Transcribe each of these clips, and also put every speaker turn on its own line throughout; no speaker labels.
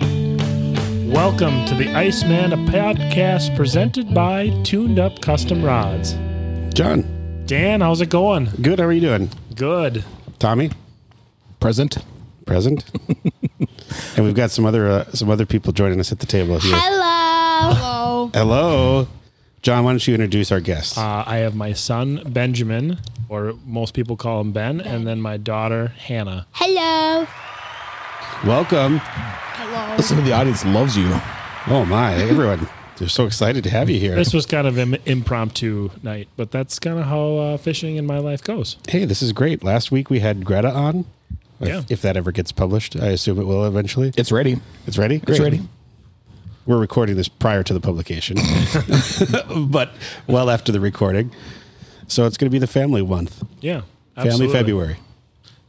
Welcome to the Iceman, a podcast presented by Tuned Up Custom Rods.
John,
Dan, how's it going?
good. How are you doing?
Good.
Tommy,
Present.
present. and we've got some other uh, some other people joining us at the table here.
Hello. Hello.
Hello, John. Why don't you introduce our guest?
Uh, I have my son, Benjamin, or most people call him ben, and then my daughter, Hannah.
Hello.
Welcome.
Listen to the audience loves you.
Oh my, everyone, they're so excited to have you here.
This was kind of an impromptu night, but that's kind of how uh, fishing in my life goes.
Hey, this is great. Last week we had Greta on. If,
Yeah.
if that ever gets published, I assume it will eventually.
It's ready.
It's ready.
It's ready.
We're recording this prior to the publication, but well after the recording. So it's going to be the family month,
Yeah.
family February.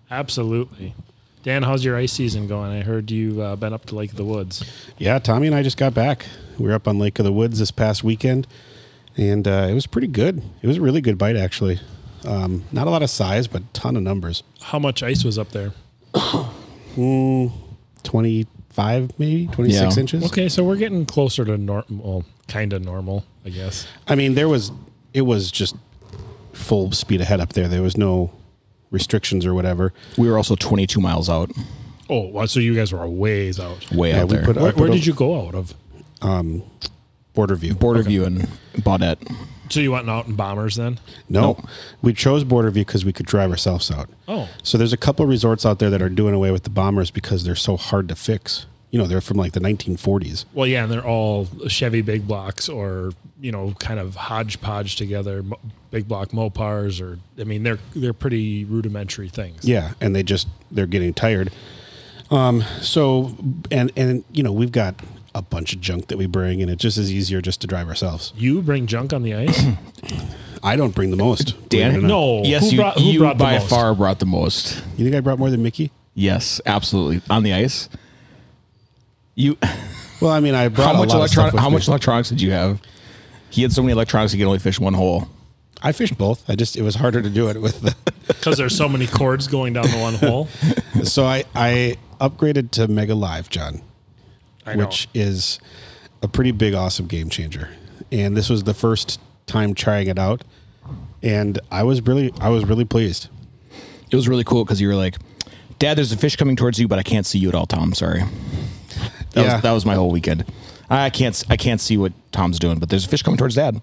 Absolutely. Dan, how's your ice season going? I heard you've uh, been up to Lake of the Woods.
Yeah, Tommy and I just got back. We were up on Lake of the Woods this past weekend, and uh, it was pretty good. It was a really good bite, actually. Um, not a lot of size, but ton of numbers.
How much ice was up there?
Twenty five, maybe twenty six
Yeah.
inches.
Okay, so we're getting closer to normal, kind of normal, I guess.
I mean, there was it was just full speed ahead up there. There was no restrictions or whatever.
We were also 22 miles out,
Oh, wow, so you guys were a ways out.
way
Yeah,
out
Uh, we
there.
put- I
Where, where
a-
did you go out of?
Border view.
Border View and Baudette.
So you went out in bombers then?
No,
Nope.
we chose Border View because we could drive ourselves out.
Oh.
so there's a couple resorts out there that are doing away with the bombers because they're so hard to fix. You know, they're from like the 1940s.
Well, yeah, and they're all Chevy big blocks or you know kind of hodgepodge together mo- big block Mopars or I mean they're they're pretty rudimentary things.
Yeah, and they just they're getting tired. Um, so and and you know we've got a bunch of junk that we bring, and it just is easier just to drive ourselves.
You bring junk on the ice?
I don't bring the most. believe it or not.
no.
Yes,
who
you,
brought, who
you
brought the
by
most?
far brought the most.
you think I brought more than Mickey?
Yes, absolutely. On the ice. You
Well, I mean, I brought
how much
a lot of stuff
electronic
with
how
me.
much electronics did you have? He had so many electronics he could only fish one hole.
I fished both. I just it was harder to do it with. The,
because there's so many cords going down the one hole.
so I I upgraded to Mega Live, John,
I know.
which is a pretty big, awesome game changer. And this was the first time trying it out, and I was really I was really pleased.
It was really cool because you were like, Dad, there's a fish coming towards you, but I can't see you at all, Tom. Sorry. That,
Yeah.
was, that was my whole weekend. I can't I can't see what Tom's doing, but there's a fish coming towards Dad.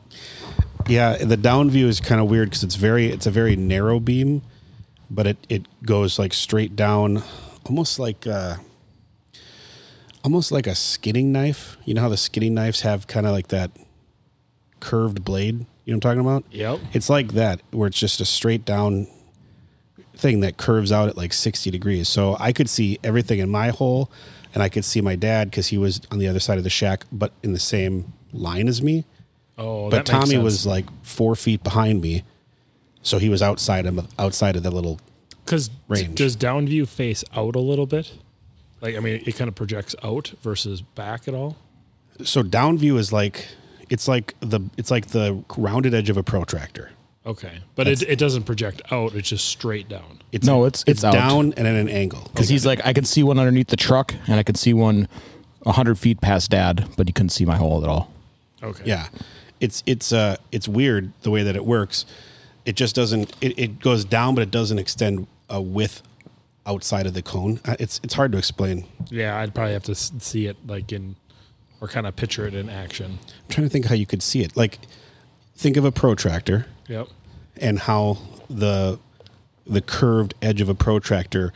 Yeah, the down view is kind of weird because it's very it's a very narrow beam, but it it goes like straight down, almost like uh, almost like a skinning knife. You know how the skinning knives have kind of like that curved blade. You know what I'm talking about?
Yep.
It's like that where it's just a straight down thing that curves out at like 60 degrees. So I could see everything in my hole and I could see my dad because he was on the other side of the shack, but in the same line as me
Oh,
but
that makes
Tommy
sense.
was like four feet behind me, so he was outside of outside of the little.
Because
range.
does downview face out a little bit? Like, I mean, it kind of projects out versus back at all.
So down view is like it's like the it's like the rounded edge of a protractor.
Okay, but it, it doesn't project out; it's just straight down.
It's
No, it's- it's out.
down and at an angle.
Because he's like, I can see one underneath the truck, and I can see one hundred feet past Dad, but he couldn't see my hole at all.
Okay,
Yeah, it's it's uh it's weird the way that it works. It just doesn't. It, it goes down, but it doesn't extend a width outside of the cone. Uh, It's it's hard to explain. I'm
yeah. I'd probably have to s- see it like in, or kind of picture it in action.
trying to think how you could see it. Like, think of a protractor.
Yep.
and how the the curved edge of a protractor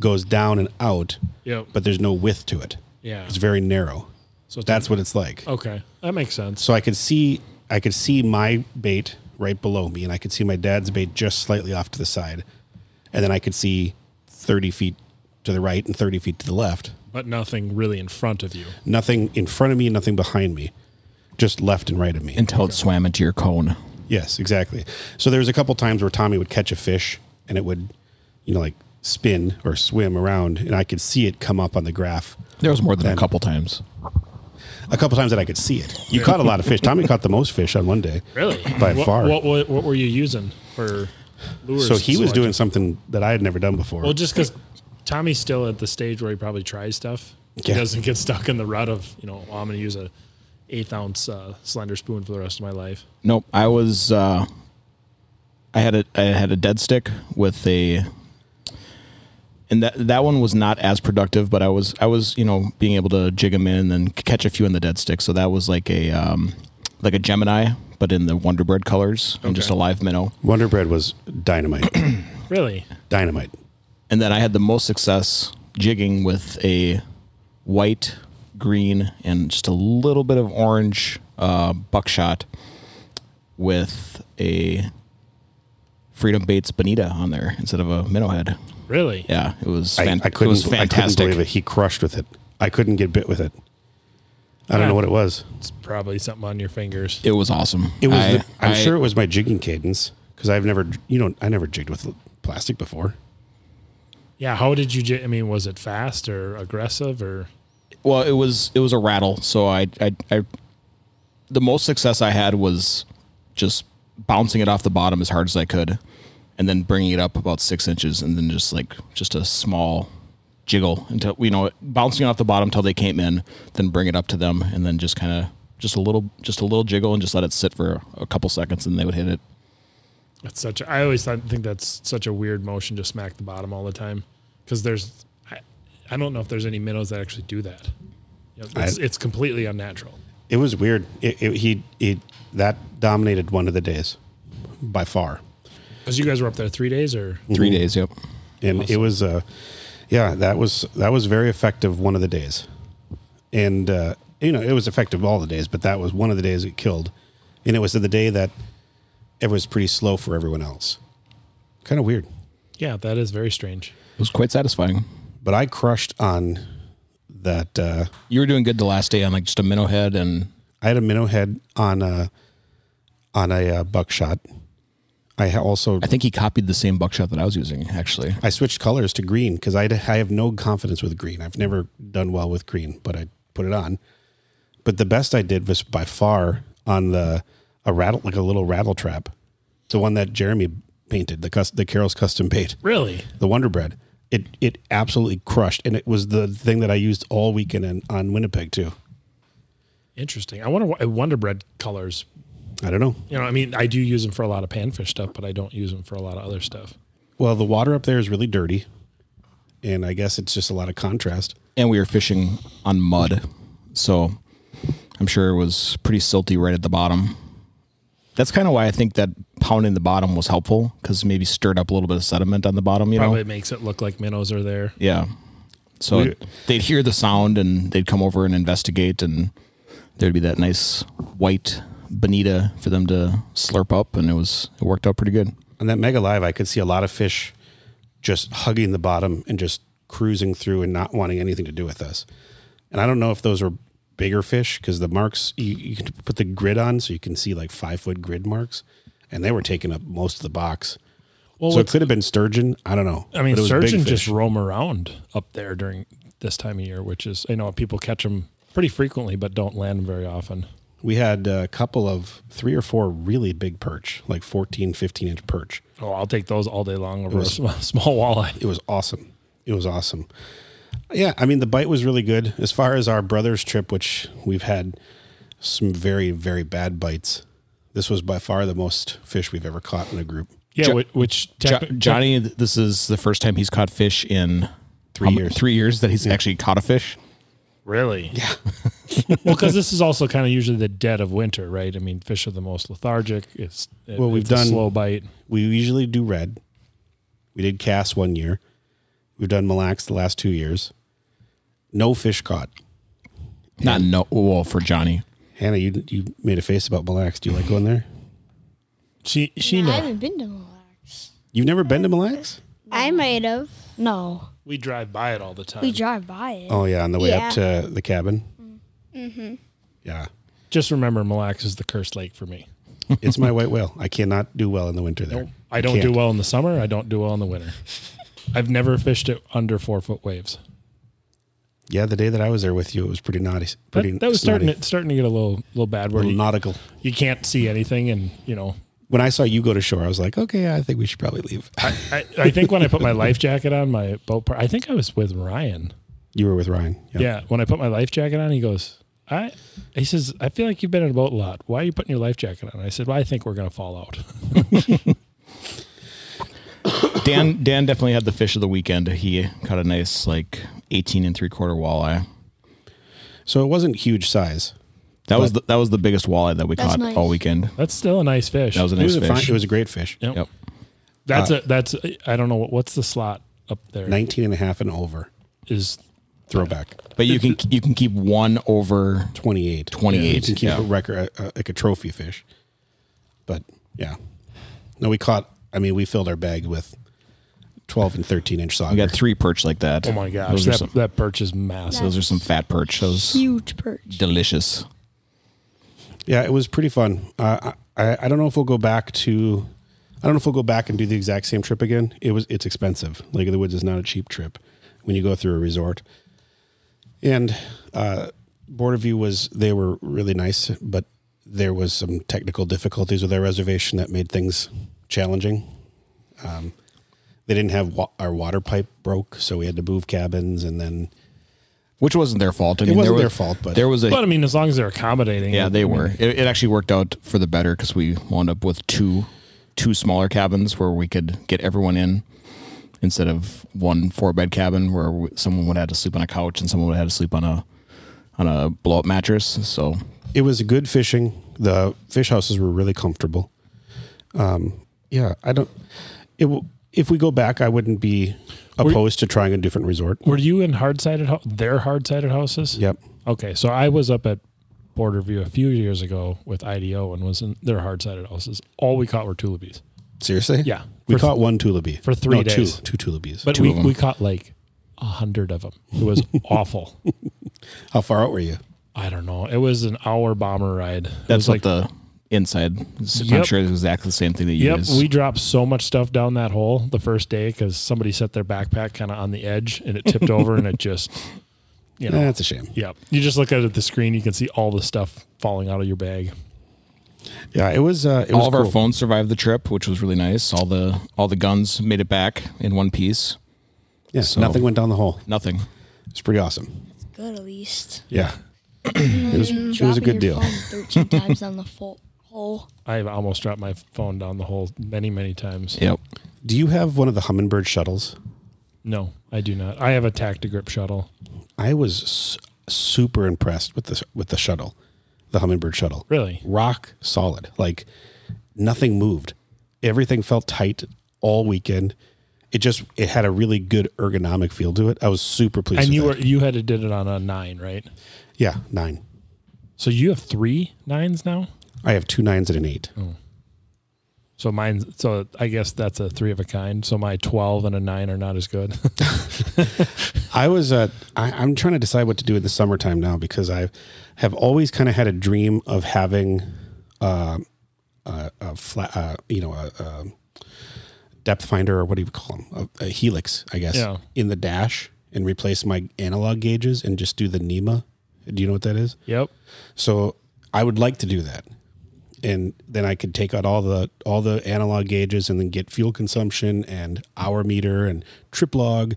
goes down and out,
Yep.
but there's no width to it.
Yeah.
It's very narrow.
So
So
it's-
that's what it's like.
Okay, that makes sense.
So I could see I could see my bait right below me and I could see my dad's bait just slightly off to the side. And then I could see 30 feet to the right and 30 feet to the left.
But nothing really in front of you.
Nothing in front of me, nothing behind me. just left and right of me.
until it swam into your cone.
Yes, exactly. So there was a couple times where Tommy would catch a fish and it would, you know, like spin or swim around, and I could see it come up on the graph.
There was more than
Then-
a couple times.
A couple times that I could see it. You caught a lot of fish. Tommy caught the most fish on one day.
Really?
By
what,
far.
What, what, what were you using for lures?
so he was
selection?
doing something that I had never done before.
Well, just because Tommy's still at the stage where he probably tries stuff. He
Yeah.
doesn't get stuck in the rut of, you know, "Oh, I'm going to use a eighth ounce uh, slender spoon for the rest of my life.
Nope. I was uh I had a I had a dead stick with a and that that one was not as productive, but I was I was, you know, being able to jig them in and then c- catch a few in the dead stick. So that was like a um like a Gemini, but in the Wonder Bread colors and just a
Okay.
live minnow.
Wonder Bread was dynamite.
Really?
dynamite.
And then I had the most success jigging with a white, green, and just a little bit of orange uh, buckshot with a Freedom Baits Bonita on there instead of a minnow head.
Really?
Yeah, it was,
I,
fan-
I couldn't.
it was
I couldn't
fantastic.
believe it. He crushed with it. I couldn't get bit with it. I don't
Yeah.
know what it was.
It's probably something on your fingers.
It was awesome.
It was.
I,
the, I'm
I-
sure it was my jigging cadence because I've never. You know, I never jigged with plastic before.
Yeah. How did you, j- I mean, was it fast or aggressive or?
Well, it was it was a rattle. So I, I I the most success I had was just bouncing it off the bottom as hard as I could, and then bringing it up about six inches, and then just like just a small jiggle until you know bouncing off the bottom till they came in, then bring it up to them, and then just kind of just a little just a little jiggle and just let it sit for a couple seconds, and they would hit it.
That's such. A, I always thought, think that's such a weird motion to smack the bottom all the time because there's. I, I don't know if there's any minnows that actually do that. You know, it's,
I-
it's completely unnatural.
It was weird. It, it, he it that dominated one of the days by far,
Because you guys were up there three days or
3 days. Yep.
and it was uh, yeah, that was that was very effective one of the days, and uh, you know it was effective all the days, but that was one of the days it killed, and it was the day that it was pretty slow for everyone else. Kind of weird,
yeah, that is very strange.
It was quite satisfying.
but I crushed on that. Uh,
You were doing good the last day on like just a minnow head and
I had a minnow head on a on a uh, buckshot. I ha- also
I think he copied the same buckshot that I was using actually.
I switched colors to green because I, I have no confidence with green. I've never done well with green, but I put it on. But the best I did was by far on the a rattle like a little rattle trap, the one that Jeremy painted, the cus- the Carol's custom paint,
Really?
the Wonder Bread. It it absolutely crushed, and it was the thing that I used all weekend in, on Winnipeg too.
Interesting. I wonder what Wonder Bread colors.
I don't know.
You know, I mean, I do use them for a lot of panfish stuff, but I don't use them for a lot of other stuff.
Well, the water up there is really dirty, and I guess it's just a lot of contrast.
and we were fishing on mud, so I'm sure it was pretty silty right at the bottom. That's kind of why I think that pounding the bottom was helpful because maybe stirred up a little bit of sediment on the bottom, you
Probably
know?
makes it look like minnows are there.
Yeah. So
We-
they'd hear the sound and they'd come over and investigate, and there'd be that nice white bonita for them to slurp up, and it was it worked out pretty good.
on that mega live, I could see a lot of fish just hugging the bottom and just cruising through and not wanting anything to do with us. And I don't know if those were bigger fish because the marks you, you can put the grid on so you can see like five foot grid marks, and they were taking up most of the box.
Well,
so it
what's-
could have been sturgeon. I don't know.
I mean,
But it was big
sturgeon
fish.
just roam around up there during this time of year, which is, I know people catch them pretty frequently, but don't land 'em very often.
we had a couple of three or four really big perch, like 14, 15 inch perch.
Oh, I'll take those all day long over a small, small walleye.
it was awesome. It was awesome. Yeah, I mean the bite was really good. As far as our brother's trip, which we've had some very very bad bites, this was by far the most fish we've ever caught in a group.
Yeah,
Jo-
which, which
Jo-
techni-
Johnny, this is the first time he's caught fish in
Three
how mu-
years.
Three years that he's actually caught a fish.
Really? Yeah. well, because this is also kind of usually the dead of winter, right? I mean, fish are the most lethargic. It's it-
Well, we've
it's a
done-
slow bite.
We usually do red. We did Cass one year. We've done Mille Lacs the last two years. No fish caught.
Not no. Well, for Johnny,
Hannah, you you made a face about Mille Lacs. Do you like going there?
She she
I
knows.
haven't been to Mille Lacs.
You've never been to Mille Lacs?
I might have. No.
We drive by it all the time.
We drive by it.
Oh yeah, on the way up
Yeah.
to the cabin. Mm-hmm. Yeah.
Just remember, Mille Lacs is the cursed lake for me.
It's my white whale. I cannot do well in the winter there.
I don't do
can't.
well in the summer. I don't do well in the winter. I've never fished it under four foot waves.
Yeah, the day that I was there with you, it was pretty naughty. Pretty
That, that was starting
snotty.
to, starting to get a little little bad where
Little
you,
nautical.
you can't see anything, and you know
When I saw you go to shore, I was like, okay, I think we should probably leave.
I, I think when I put my life jacket on, my boat part, I think I was with Ryan.
you were with Ryan.
Yeah. When I put my life jacket on, he goes, I, he says, I feel like you've been in a boat a lot. Why are you putting your life jacket on? I said, well, I think we're going to fall out.
Dan Dan definitely had the fish of the weekend. He caught a nice like eighteen and three quarter walleye.
So it wasn't huge size.
That was the, that was the biggest walleye that we
That's
caught
nice.
all weekend.
That's still a nice fish.
That was a
it
nice
was a
fish.
fine, it was a great fish.
Yep.
yep.
That's a, that's, a, I don't know what, what's the slot up there is
19 and a half and over. Throwback.
But you can you can keep one over
28.
28,
You can keep
yeah.
a record, uh, uh, like a trophy fish. But yeah. No, we caught, I mean, we filled our bag with 12 and 13 inch sauger.
we got three perch like that.
Oh my gosh.
Those, are
That,
some,
that perch is massive.
those are some fat perch. Those
Huge perch.
delicious.
Yeah, it was pretty fun. Uh, I I don't know if we'll go back to, I don't know if we'll go back and do the exact same trip again. It was it's expensive. Lake of the Woods is not a cheap trip when you go through a resort. And uh, Border View was they were really nice, but there was some technical difficulties with our reservation that made things challenging. Um, they didn't have wa- our water pipe broke, so we had to move cabins, and then
Which wasn't their fault. I
it wasn't
there was,
their fault, but
There was a
But I mean, as long as they're accommodating.
yeah. They were. It, it actually worked out for the better because we wound up with two two smaller cabins where we could get everyone in instead of one four bed cabin where we, someone would have to sleep on a couch and someone would have to sleep on a on a blow up mattress. So
it was good fishing. The fish houses were really comfortable. Um, yeah, I don't. It will, if we go back, I wouldn't be opposed to trying a different resort.
Were you in hard sided, ho- their hard sided houses?
Yep.
Okay, so I was up at Border View a few years ago with IDO and was in their hard sided houses. All we caught were tulipies,
Seriously?
Yeah.
We
For-
caught one tulipy
for three days.
Two, two tulipies.
but
Two
we,
of 'em.
we caught like a hundred of them. It was awful.
How far out were you?
I don't know. It was an hour bomber ride. It was
that's
like
what the inside. I'm
Yep.
sure it's exactly the same thing that you
Yep,
guys-
we dropped so much stuff down that hole the first day because somebody set their backpack kind of on the edge and it tipped over and it just, you know,
That's a shame.
yep. You just look at it at the screen, you can see all the stuff falling out of your bag.
Yeah, it was. Uh, it was
all of our
cool.
phones survived the trip, which was really nice. All the all the guns made it back in one piece.
Yeah,
so-
nothing went down the hole.
Nothing.
It's pretty awesome.
Good at least.
Yeah. it was. It was a
Dropping
good
your
deal.
phone Thirteen times on the full hole.
I've almost dropped my phone down the hole many, many times.
Yep.
Do you have one of the hummingbird shuttles?
No, I do not. I have a Tactigrip shuttle.
I was s- super impressed with the with the shuttle, the hummingbird shuttle.
Really?
rock solid. Like nothing moved. Everything felt tight all weekend. It just it had a really good ergonomic feel to it. I was super pleased.
And
with
you
that.
were you had to did it on a nine, right?
yeah nine.
So you have three nines now.
I have two nines and an eight.
So mine's so I guess that's a three of a kind. So my twelve and a nine are not as good.
I was uh, I, I'm trying to decide what to do in the summertime now because I have always kind of had a dream of having uh, a, a flat, uh, you know, a, a depth finder or what do you call them? A, a helix, I guess,
Yeah.
in the dash and replace my analog gauges and just do the NEMA. Do you know what that is?
yep.
So I would like to do that. And then I could take out all the all the analog gauges and then get fuel consumption and hour meter and trip log.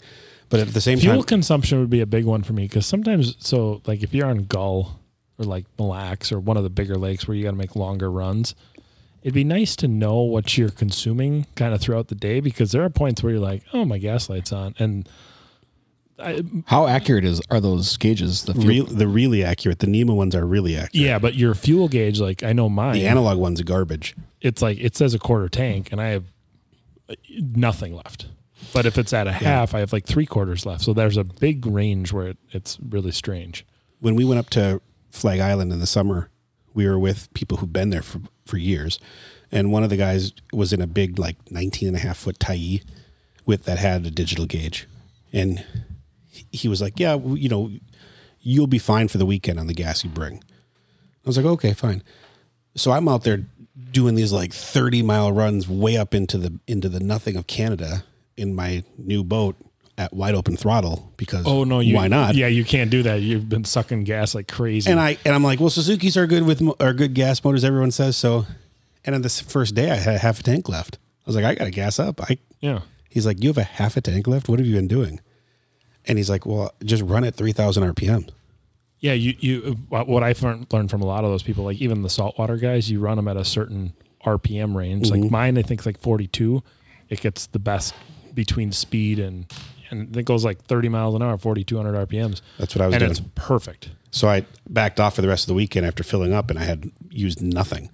But at the same
Fuel
time,
consumption would be a big one for me because sometimes, so like if you're on Gull or like Mille Lacs or one of the bigger lakes where you got to make longer runs, it'd be nice to know what you're consuming kind of throughout the day because there are points where you're like, oh, my gas light's on, and
How accurate is are those gauges? The fuel-
real, the really accurate. The NEMA ones are really accurate.
yeah, but your fuel gauge, like I know mine,
The analog ones are garbage.
it's like it says a quarter tank and I have nothing left. But if it's at a half, I have like three quarters left. So there's a big range where it, it's really strange.
When we went up to Flag Island in the summer, we were with people who've been there for, for years. And one of the guys was in a big, like 19 and a half foot tie with that had a digital gauge. And he- he was like, Yeah, w- you know, you'll be fine for the weekend on the gas you bring. I I was like, okay, fine. So I'm out there doing these like 30 mile runs way up into the into the nothing of Canada in my new boat at wide open throttle because
Oh no! You,
why not?
Yeah, you can't do that. You've been sucking gas like crazy.
And I and I'm like, well, Suzuki's are good with mo- are good gas motors. Everyone says so. And on this first day, I had half a tank left. I was like, I gotta gas up. I
yeah.
he's like, you have a half a tank left. What have you been doing? And he's like, well, just run at 3,000 RPM.
Yeah, you you uh, what I've learned, learned from a lot of those people, like even the saltwater guys, you run them at a certain RPM range.
Mm-hmm.
Like mine, I think is like forty two. It gets the best between speed and and it goes like thirty miles an hour, forty two hundred RPMs.
That's what I was
and
doing.
it's perfect.
So I backed off for the rest of the weekend after filling up, and I had used nothing.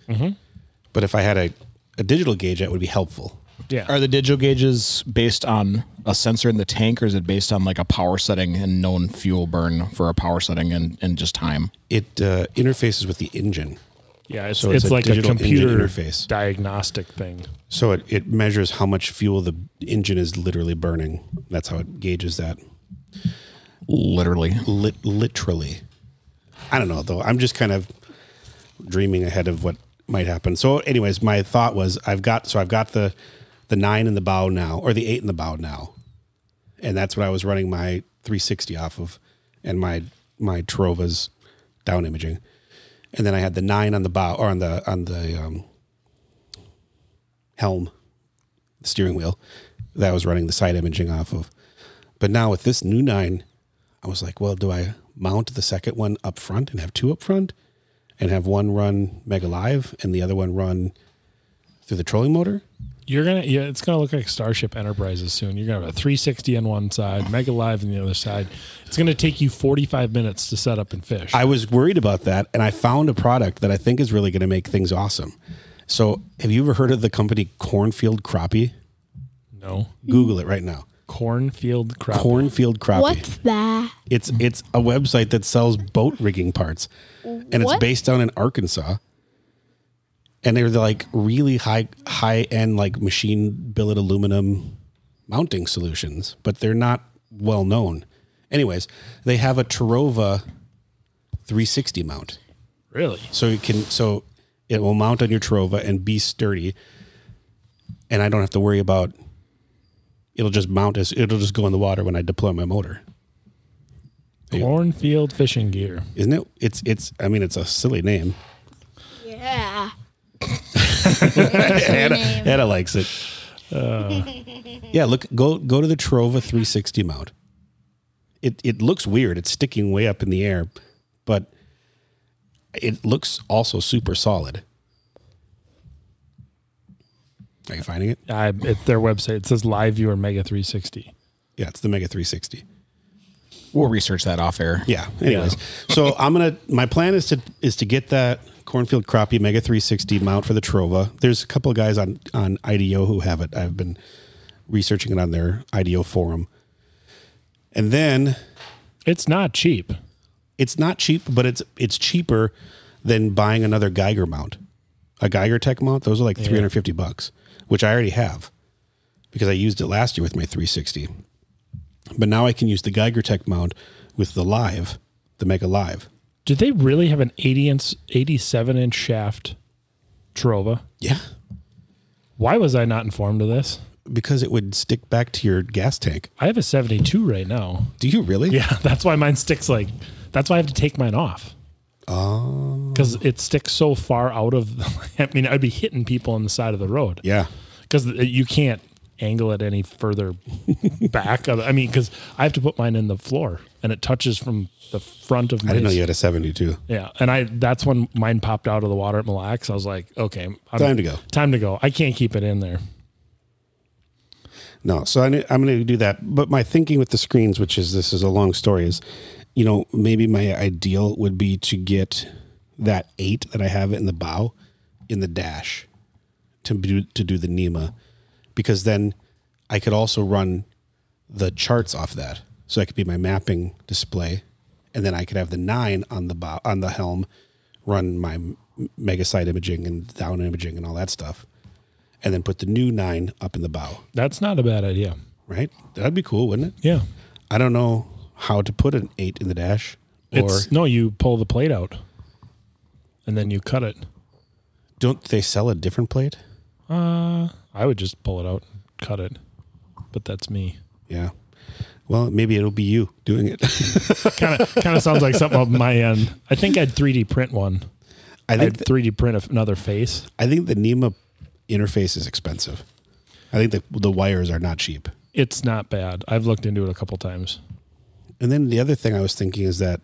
But if I had a, a digital gauge, that would be helpful.
Yeah,
Are the digital gauges based on a sensor in the tank, or is it based on like a power setting and known fuel burn for a power setting and, and just time?
It uh, interfaces with the engine,
yeah. It's,
So
it's,
it's a
like a
digital engine
computer
interface.
diagnostic thing.
so it, it measures how much fuel the engine is literally burning. That's how it gauges that.
Literally.
Lit- literally, I don't know though. I'm just kind of dreaming ahead of what might happen. So, anyways, my thought was I've got so I've got the the nine in the bow now, or the eight in the bow now, and that's what I was running my 360 off of, and my my Trova's down imaging, and then I had the nine on the bow or on the on the um, helm, the steering wheel, that I was running the side imaging off of, but now with this new nine, I was like, well, do I mount the second one up front and have two up front? and have one run Mega Live and the other one run through the trolling motor.
You're gonna yeah, it's gonna look like Starship Enterprises soon. You're gonna have a 360 on one side, Mega Live on the other side. It's gonna take you 45 minutes to set up and fish.
I was worried about that, and I found a product that I think is really going to make things awesome. So, have you ever heard of the company Cornfield Crappie?
no
Google it right now.
cornfield crop.
Cornfield Crappie.
What's that?
It's it's a website that sells boat rigging parts, and it's
What?
based down in Arkansas. And they're like really high high end like machine billet aluminum mounting solutions, but they're not well known. Anyways, they have a Tarova 360 mount,
Really?
so it can so it will mount on your Tarova and be sturdy, and I don't have to worry about. It'll just mount as it'll just go in the water when I deploy my motor.
Cornfield fishing gear.
isn't it? It's it's. I mean, it's a silly name.
Yeah.
Anna, Anna likes it. yeah, look, go go to the Trova 360 mount. It it looks weird. It's sticking way up in the air, but it looks also super solid. Are you finding it?
I, it, their website it says live viewer mega 360.
Yeah, it's the Mega 360.
We'll research that off air.
Yeah. Anyways, so I'm gonna. My plan is to is to get that cornfield crappie mega 360 mount for the Trova. There's a couple of guys on on IDO who have it. I've been researching it on their IDO forum, and then
It's not cheap.
it's not cheap, but it's it's cheaper than buying another Geiger mount. A Geiger Tech mount, those are like 350 bucks, which I already have because I used it last year with my 360. But now I can use the Geiger Tech mount with the Live, the Mega Live.
Did they really have an 80 inch, 87 inch shaft Trova?
Yeah.
Why was I not informed of this?
Because it would stick back to your gas tank.
I have a 72 right now.
Do you really?
Yeah, that's why mine sticks like. That's why I have to take mine off. Oh. Because it sticks so far out of. I mean, I'd be hitting people on the side of the road.
Yeah.
because you can't angle it any further back. I mean, because I have to put mine in the floor, and it touches from the front of my.
I didn't know you had a 72.
Yeah, and I that's when mine popped out of the water at Mille Lacs. I was like, okay, I'm-
Time to go.
Time to go. I can't keep it in there.
No, so I, knew- I'm going to do that. But my thinking with the screens, which is this is a long story, is you know maybe my ideal would be to get that eight that I have in the bow in the dash to do to do the NEMA because then I could also run the charts off that, so that could be my mapping display, and then I could have the nine on the bow on the helm run my m- mega side imaging and down imaging and all that stuff, and then put the new nine up in the bow
That's not a bad idea.
right? That'd be cool, wouldn't it?
Yeah,
I don't know how to put an eight in the dash, or
it's no, you pull the plate out. and then you cut it.
Don't they sell a different blade?
Uh, I would just pull it out, and cut it. But that's me.
Yeah. Well, maybe it'll be you doing it.
Kind of kind of sounds like something on my end. I think I'd 3D print one.
I
I'd
think th-
3D print a- another face.
I think the NEMA interface is expensive. I think the the wires are not cheap.
It's not bad. I've looked into it a couple times.
And then the other thing I was thinking is that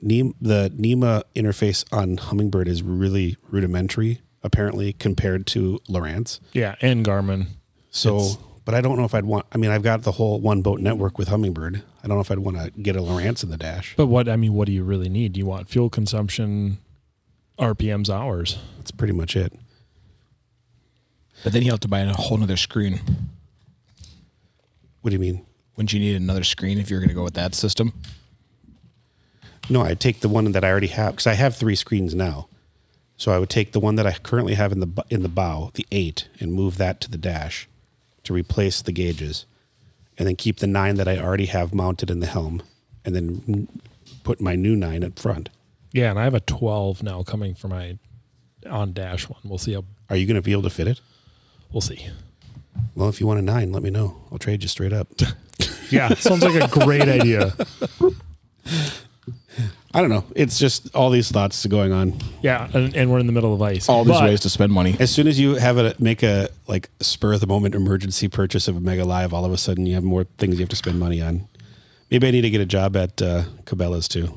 NEM, the NEMA interface on Hummingbird is really rudimentary, apparently, compared to Lorant's.
Yeah, and Garmin.
So,
It's-
but I don't know if I'd want, I mean, I've got the whole one boat network with Hummingbird. I don't know if I'd want to get a Lorant's in the dash.
But what I mean, what do you really need? Do you want fuel consumption, RPMs, hours?
That's pretty much it.
But then you have to buy a whole nother screen.
What do you mean?
Wouldn't you need another screen if you're going to go with that system?
No, I take the one that I already have because I have three screens now. So I would take the one that I currently have in the bu- in the bow, the eight, and move that to the dash to replace the gauges, and then keep the nine that I already have mounted in the helm, and then mm, put my new nine up front.
Yeah, and I have a 12 now coming for my on dash one. We'll see how
Are you going to be able to fit it?
we'll see.
Well, if you want a nine, let me know. I'll trade you straight up.
Yeah, sounds like a great idea.
I don't know. It's just all these thoughts going on.
Yeah, and, and we're in the middle of ice.
All these
But-
ways to spend money.
As soon as you have a make a like spur of the moment emergency purchase of a mega live, all of a sudden you have more things you have to spend money on. Maybe I need to get a job at uh, Cabela's too.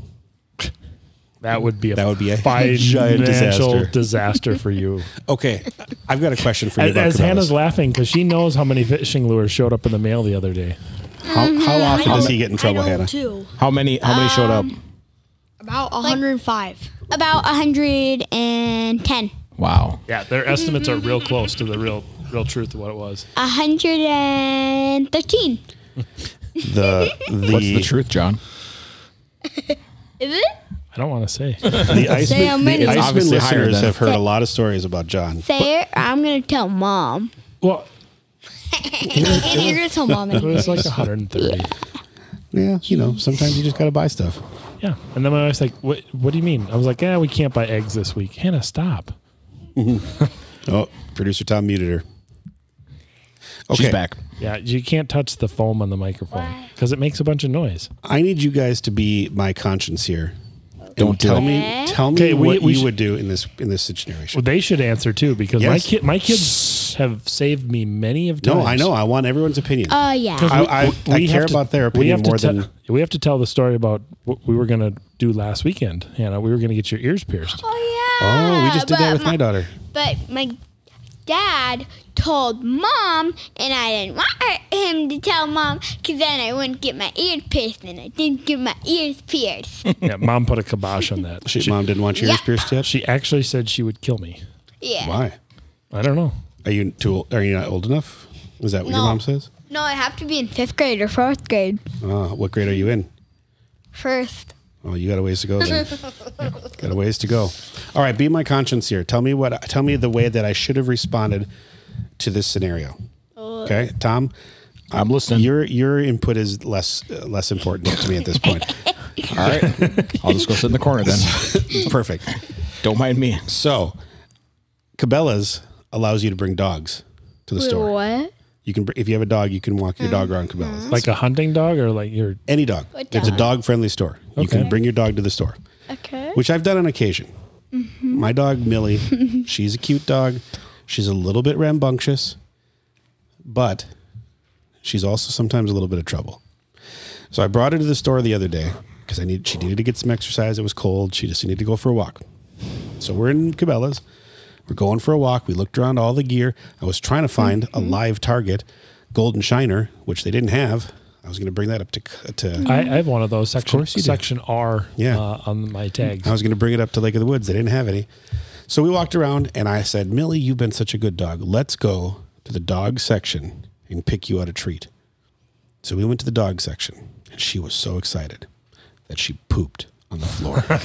That would be a
That would be a
financial
giant
disaster.
disaster.
for you.
Okay, I've got a question for you.
as
About
as
Cabela's.
Hannah's laughing because she knows how many fishing lures showed up in the mail the other day.
how, how often does he get in trouble,
I know
Hannah?
too.
How many? How many showed up?
About 105.
About 110.
Wow.
Yeah, their estimates are real close to the real real truth of what it was.
113.
The the,
What's the truth, John?
Is it?
I don't want to say.
the Iceman,
how many?
the
It's
Iceman
obviously higher
listeners
than-
have heard a lot of stories about John.
Say it, or I'm going to tell mom.
well,
And you're going to tell mom.
it was like 130.
Yeah, you know, sometimes you just gotta buy stuff.
Yeah, and then my wife's like, "What? What do you mean?" I was like, "Yeah, we can't buy eggs this week." Hannah, stop.
Oh, producer Tom muted her. Okay,
She's back.
Yeah, you can't touch the foam on the microphone because it makes a bunch of noise.
I need you guys to be my conscience here.
Don't do
tell
it.
me tell me
Okay, we-
what
we
you
should-
would do in this in this situation.
Well, they should answer too because my
Yes.
kid, my kids have saved me many of times.
no, I know. I want everyone's opinion.
Oh, yeah.
I, I, I
have
care
to-
about their
we
opinion
have to
more
tell-
than
we have to tell the story about what we were gonna do last weekend. Hannah, we were gonna get your ears pierced.
Oh, yeah.
Oh, we just did that
But
with my daughter.
But my dad told mom, and I didn't want her- him to tell mom because then I wouldn't get my ears pierced, and I didn't get my ears pierced.
yeah, mom put a kibosh on that.
She, mom didn't want your ears
Yeah.
pierced yet.
She actually said she would kill me.
yeah.
Why?
I don't know.
Are you too? old- Are you not old enough? Is that what your
No.
mom says?
No, I have to be in fifth grade or fourth grade
Uh, what grade are you in?
first.
Oh, you got a ways to go. Then. got a ways to go. All right, be my conscience here. Tell me what. Tell me the way that I should have responded to this scenario.
Uh,
Okay, Tom.
I'm listening.
Your your input is less uh, less important to me at this point.
All right. I'll just go sit in the corner then.
Perfect.
Don't mind me.
So, Cabela's allows you to bring dogs to the store.
What? Um,
You can, br- if you have a dog, you can walk your dog around Cabela's.
Like a hunting dog or like your
Any dog.
What
It's a
dog?
dog friendly store. You
Okay.
can bring your dog to the store,
Okay.
which I've done on occasion. My dog, Millie, she's a cute dog. She's a little bit rambunctious, but she's also sometimes a little bit of trouble. So I brought her to the store the other day because I need she needed to get some exercise. It was cold. She just needed to go for a walk. So we're in Cabela's. We're going for a walk. We looked around all the gear. I was trying to find a live target, golden shiner, which they didn't have. I was going to bring that up to to
I, I have one of those section
course you do.
section R
Yeah.
uh, on my tags.
I was going to bring it up to Lake of the Woods. They didn't have any. So we walked around and I said, Millie, you've been such a good dog. Let's go to the dog section and pick you out a treat. So we went to the dog section and she was so excited that she pooped on the floor.
that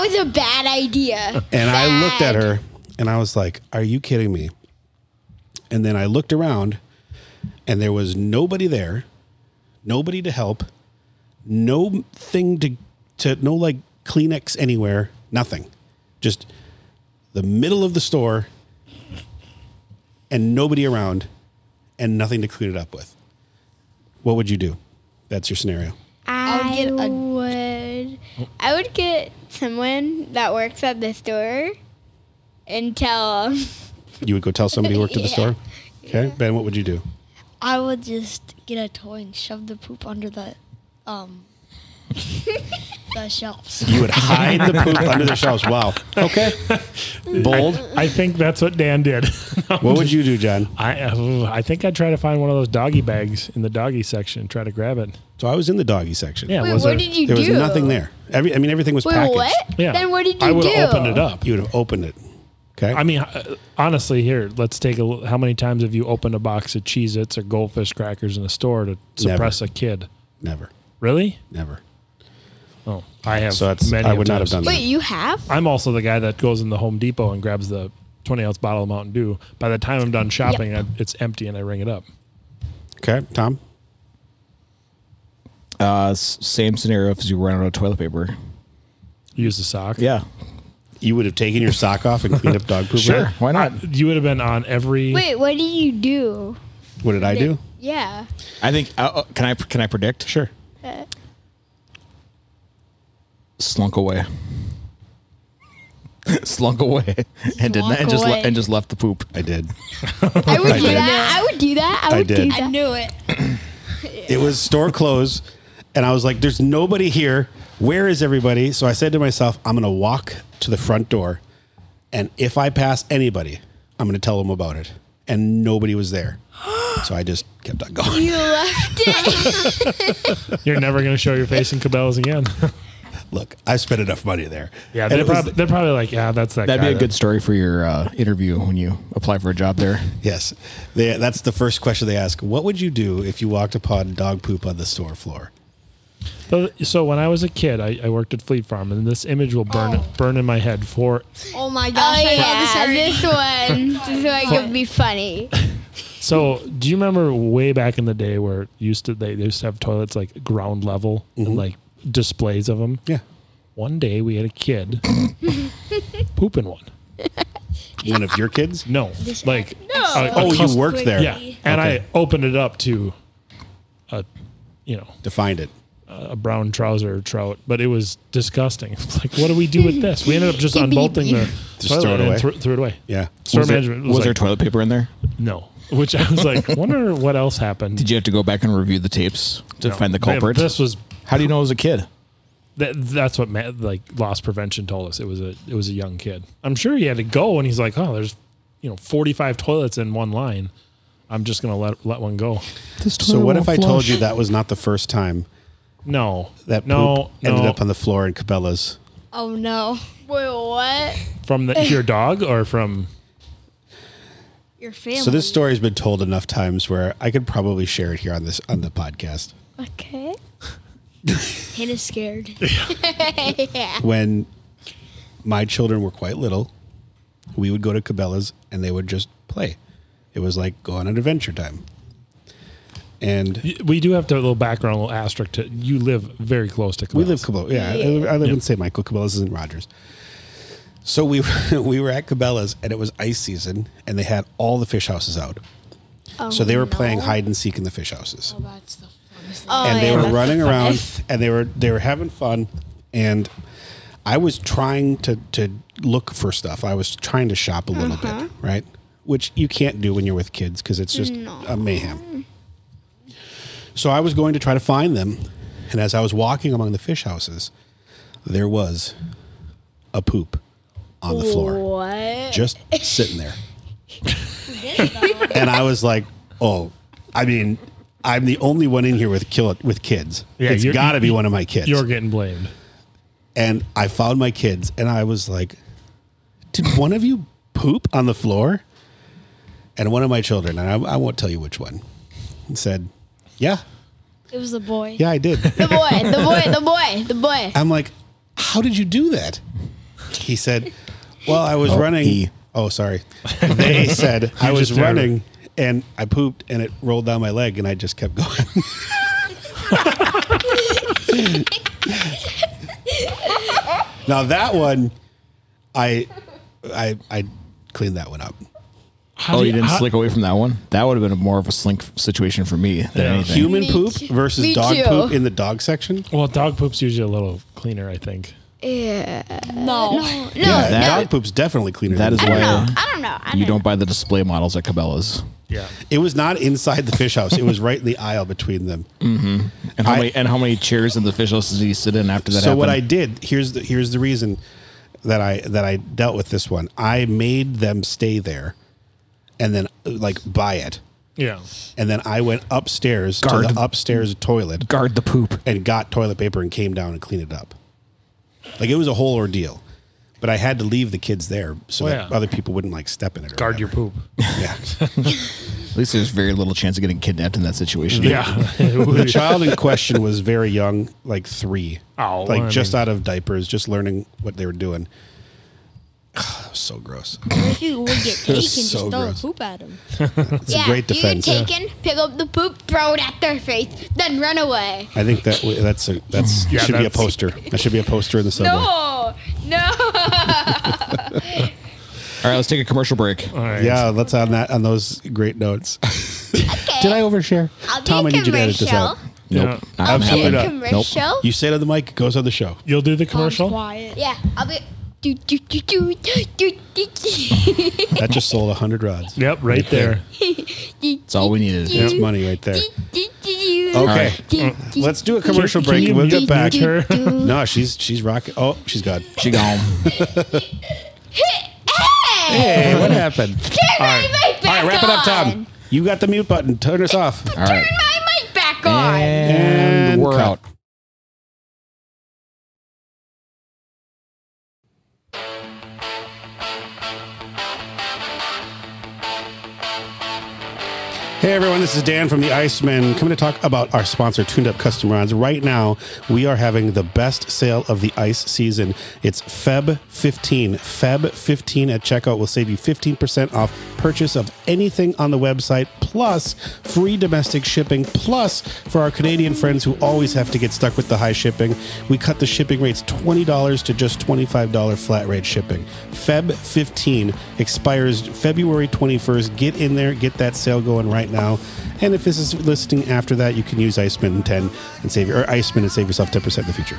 was a bad idea.
and I looked at her and I was like, Are you kidding me? And then I looked around and there was nobody there, nobody to help, no thing to, to no like Kleenex anywhere, Nothing. Just the middle of the store and nobody around and nothing to clean it up with. What would you do? That's your scenario.
I
I
would get a-
would. I would get someone that works at the store and tell 'em
You would go tell somebody who worked at the
Yeah.
store? Okay. Ben, what would you do?
I would just get a toy and shove the poop under the, um, the shelves.
You would hide the poop under the shelves. Wow. Okay. Bold.
I think that's what Dan did.
What would you do, John?
I oh, I think I'd try to find one of those doggy bags in the doggy section and try to grab it.
So I was in the doggy section.
Yeah,
Wait,
was
what
there-
did you
There
do?
was nothing there. Every, I mean, everything was
Wait,
packaged.
what?
Yeah.
Then what did you
I
do?
would have opened it up.
You would have opened it. Okay.
I mean, uh, honestly, here, let's take a look. How many times have you opened a box of Cheez Its or Goldfish crackers in a store to suppress a kid?
never,
Really?
never.
Oh, I have.
So that's
many
I
of
would not have
times.
done that.
Wait, you have?
I'm also the guy that goes in the Home Depot and grabs the 20 ounce bottle of Mountain Dew. By the time I'm done shopping, I, it's empty and I ring it up.
Okay, Tom.
Uh, s- same scenario if you run out of toilet paper.
Use the sock.
Yeah.
You would have taken your sock off and cleaned up dog poop. right?
Why not?
You would have been on every.
Wait, what did you do?
What did I do?
Yeah.
I think. Uh, uh, can I? Can I predict?
Sure.
Slunk away. Slunk away, and didn't and just le-
away.
and just left the poop.
I did.
I would do
did.
that. I would do that. I
I
would do
did.
that.
I knew it.
It was store close, and I was like, "There's nobody here. Where is everybody?" So I said to myself, "I'm going to walk to the front door, and if I pass anybody, I'm going to tell them about it." And nobody was there, so I just kept on going.
You left it.
You're never going to show your face in Cabela's again.
Look, I spent enough money there.
yeah,
And
they're,
it was-
prob- they're probably like, yeah, that's that
That'd
guy
be a
that-
good story for your uh, interview when you apply for a job there.
Yes, they, that's the first question they ask. What would you do if you walked upon dog poop on the store floor?
So, so when I was a kid, I, I worked at Fleet Farm, and this image will burn burn in my head for.
Oh my
Oh
gosh! I
yeah,
know this
this one. This one could be funny.
So do you remember way back in the day where used to they, they used to have toilets like ground level and like displays of them?
Yeah,
One day we had a kid poop in one.
one of your kids.
No, like a- a
Oh,
cus-
you worked there
Yeah, and
Okay.
I opened it up to a, you know,
to find it.
a brown trouser trout, but it was disgusting. It's like, what do we do with this? We ended up just unbolting the
Just
toilet
throw it
and
away.
thro- threw it away.
Yeah.
Store
was there,
management
was
was,
there
like,
toilet paper in there?
no. Which I was like, wonder what else happened.
Did you have to go back and review the tapes to
No.
find the
They-
culprit?
This was
How do you know it was a kid?
that, that's what ma- like loss prevention told us. It was a it was a young kid. I'm sure he had to go, and he's like, oh, there's you know 45 toilets in one line. I'm just gonna let let one go.
So what if I told you that was not the first time
No,
that
no
poop ended
no.
up on the floor in Cabela's?
Oh no!
Wait, what?
from the, your dog or from
Your family.
So this story has been told enough times where I could probably share it here on this on the podcast.
Okay.
Hannah's scared.
When my children were quite little, we would go to Cabela's and they would just play. It was like go on an adventure time. And
we do have to have a little background, a little asterisk. To you live very close to. Cabela's.
We live Cabela's. Yeah, I live, I live in St. Michael. Cabela's is in Rogers. So we we were at Cabela's and it was ice season and they had all the fish houses out. so they were playing hide and seek in the fish houses.
That's the funniest thing.
Oh,
and they
yeah,
were
that's
running
the
around
funniest.
and they were they were having fun and I was trying to to look for stuff. I was trying to shop a little bit, right? Which you can't do when you're with kids because it's just a mayhem. So I was going to try to find them, and as I was walking among the fish houses, there was a poop on the floor,
What?
just sitting there. and I was like, "Oh, I mean, I'm the only one in here with kill with kids.
Yeah,
it's
you're-
got to be one of my kids."
You're getting blamed.
and I found my kids, and I was like, "Did one of you poop on the floor?" And one of my children, and I, I won't tell you which one, said, "Yeah,
It was the boy.
yeah, I did."
The boy, the boy, the boy, the boy.
I'm like, how did you do that? He said, well, I was running.
he.
Oh, sorry. They said I
You
was
just are-
running and I pooped and it rolled down my leg and I just kept going. Now that one, I, I, I cleaned that one up.
How
Oh,
do
you didn't
how-
slink away from that one? That would have been more of a slink situation for me than
Yeah.
anything.
Human
Me
poop
too.
versus
Me
dog
too.
poop in the dog section.
Well, dog poop's usually a little cleaner, I think.
Yeah.
No.
No,
Yeah, that-
no.
Dog poop's definitely cleaner.
That
than
is
the-
I don't
why
know. I don't know. I
you don't
know.
buy the display models at Cabela's.
Yeah.
It was not inside the fish house. It was right in the aisle between them.
And how
I-
many and how many chairs in the fish house did you sit in after that?
so what I
happened?
did here's the here's the reason that I that I dealt with this one. I made them stay there, and then like buy it,
Yeah.
and then I went upstairs to
Guard-
the upstairs toilet
guard the poop.
and got toilet paper and came down and cleaned it up. Like it was a whole ordeal, but I had to leave the kids there so
Well,
that
Oh, yeah.
other people wouldn't like step in it. Or
Guard your poop.
your yeah.
At least there's very little chance of getting kidnapped in that situation.
the child in question was very young, like three,
Oh,
like
I
just
mean-
out of diapers, just learning what they were doing. that was so gross.
If you would get taken, just
so
throw a
gross.
poop at him.
It's a great defense.
You get taken, pick up the poop, throw it at their face, then run away.
I think that w- that's a that's
Yeah,
should be a
that's-
poster. That should be a poster in the subway.
No, no.
All right, let's take a commercial break.
All right.
Yeah, let's on that on those great notes.
Okay.
Did I overshare?
I'll be
Tom, I need you to edit this
commercial.
out.
Yeah.
Nope, not
I'll
gonna
see
Be
it
happen.
a
up.
commercial.
You say to the mic, it goes on the show.
You'll do the commercial?
Quiet.
Yeah, I'll be. Do, do, do, do, do, do, do.
That just sold hundred rods.
Yep, right there.
That's all we needed.
That's money right there. Okay, Oh. let's do a commercial
Can
break.
you
and we'll get
mute
back.
her?
No, she's she's rocking. Oh, she's gone.
She gone.
Hey!
Hey, what happened?
Turn my mic
All
back
right, wrap it up,
on.
Tom. You got the mute button. Turn us off.
All
Turn
right,
my mic back on.
And
and we're
cut.
out.
Hey everyone, this is Dan from the Iceman coming to talk about our sponsor, Tuned Up Custom Rods. Right now, we are having the best sale of the ice season. It's Feb 15. Feb 15 at checkout will save you 15% off purchase of anything on the website, plus free domestic shipping, plus for our Canadian friends who always have to get stuck with the high shipping, we cut the shipping rates $20 to just $25 flat rate shipping. Feb 15 expires February 21st. Get in there, get that sale going right now. And if this is listening after that, you can use Iceman 10 and save or Iceman and save yourself 10% in the future.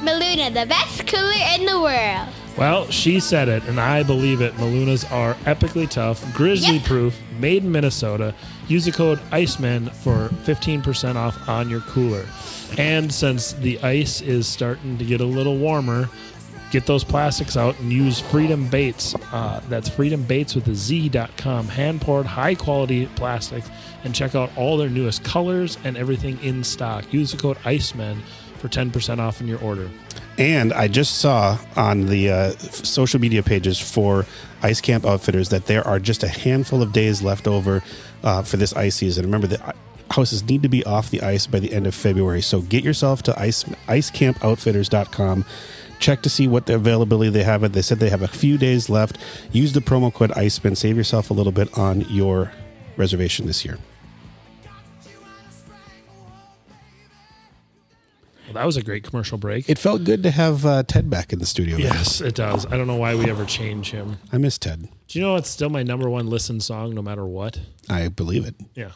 Maluna, the best cooler in the world.
Well, she said it, and I believe it. Malunas are epically tough, grizzly
Yep.
proof, made in Minnesota. Use the code ICEMAN for 15% off on your cooler. And since the ice is starting to get a little warmer, get those plastics out and use Freedom Baits. Uh, that's Freedom Baits with a Z.com. Hand poured, high quality plastics. And check out all their newest colors and everything in stock. Use the code ICEMAN for 10% off on your order.
And I just saw on the uh, f- social media pages for Ice Camp Outfitters that there are just a handful of days left over uh, for this ice season. Remember, the i- houses need to be off the ice by the end of February. So get yourself to ice, icecampoutfitters.com. Check to see what the availability they have. They said they have a few days left. Use the promo code ICEMAN. Save yourself a little bit on your reservation this year.
Well, that was a great commercial break.
It felt good to have uh, Ted back in the studio. with us.
Yes, it does. I don't know why we ever change him.
I miss Ted.
Do you know it's still my number one listen song, no matter what?
I believe it.
Yeah,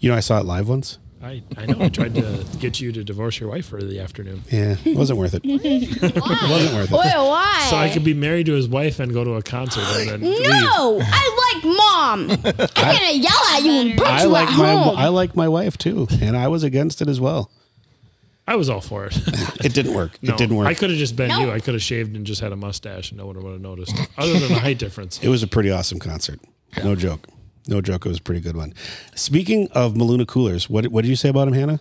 You know, I saw it live once.
I, I know. I tried to get you to divorce your wife for the afternoon,
Yeah, it wasn't worth it. it wasn't worth it.
Well, why?
so I could be married to his wife and go to a concert and then leave.
no, I like mom. I'm gonna yell at you and punch
I
you
like
at
my
home.
I like my wife too, and I was against it as well.
I was all for it.
It didn't work.
No,
it didn't work.
I could have just been
No.
you. I could have shaved and just had a mustache, and no one would have noticed, other than the height difference.
it was a pretty awesome concert. No joke. No joke. It was a pretty good one. Speaking of Maluna coolers, what what did you say about him, Hannah?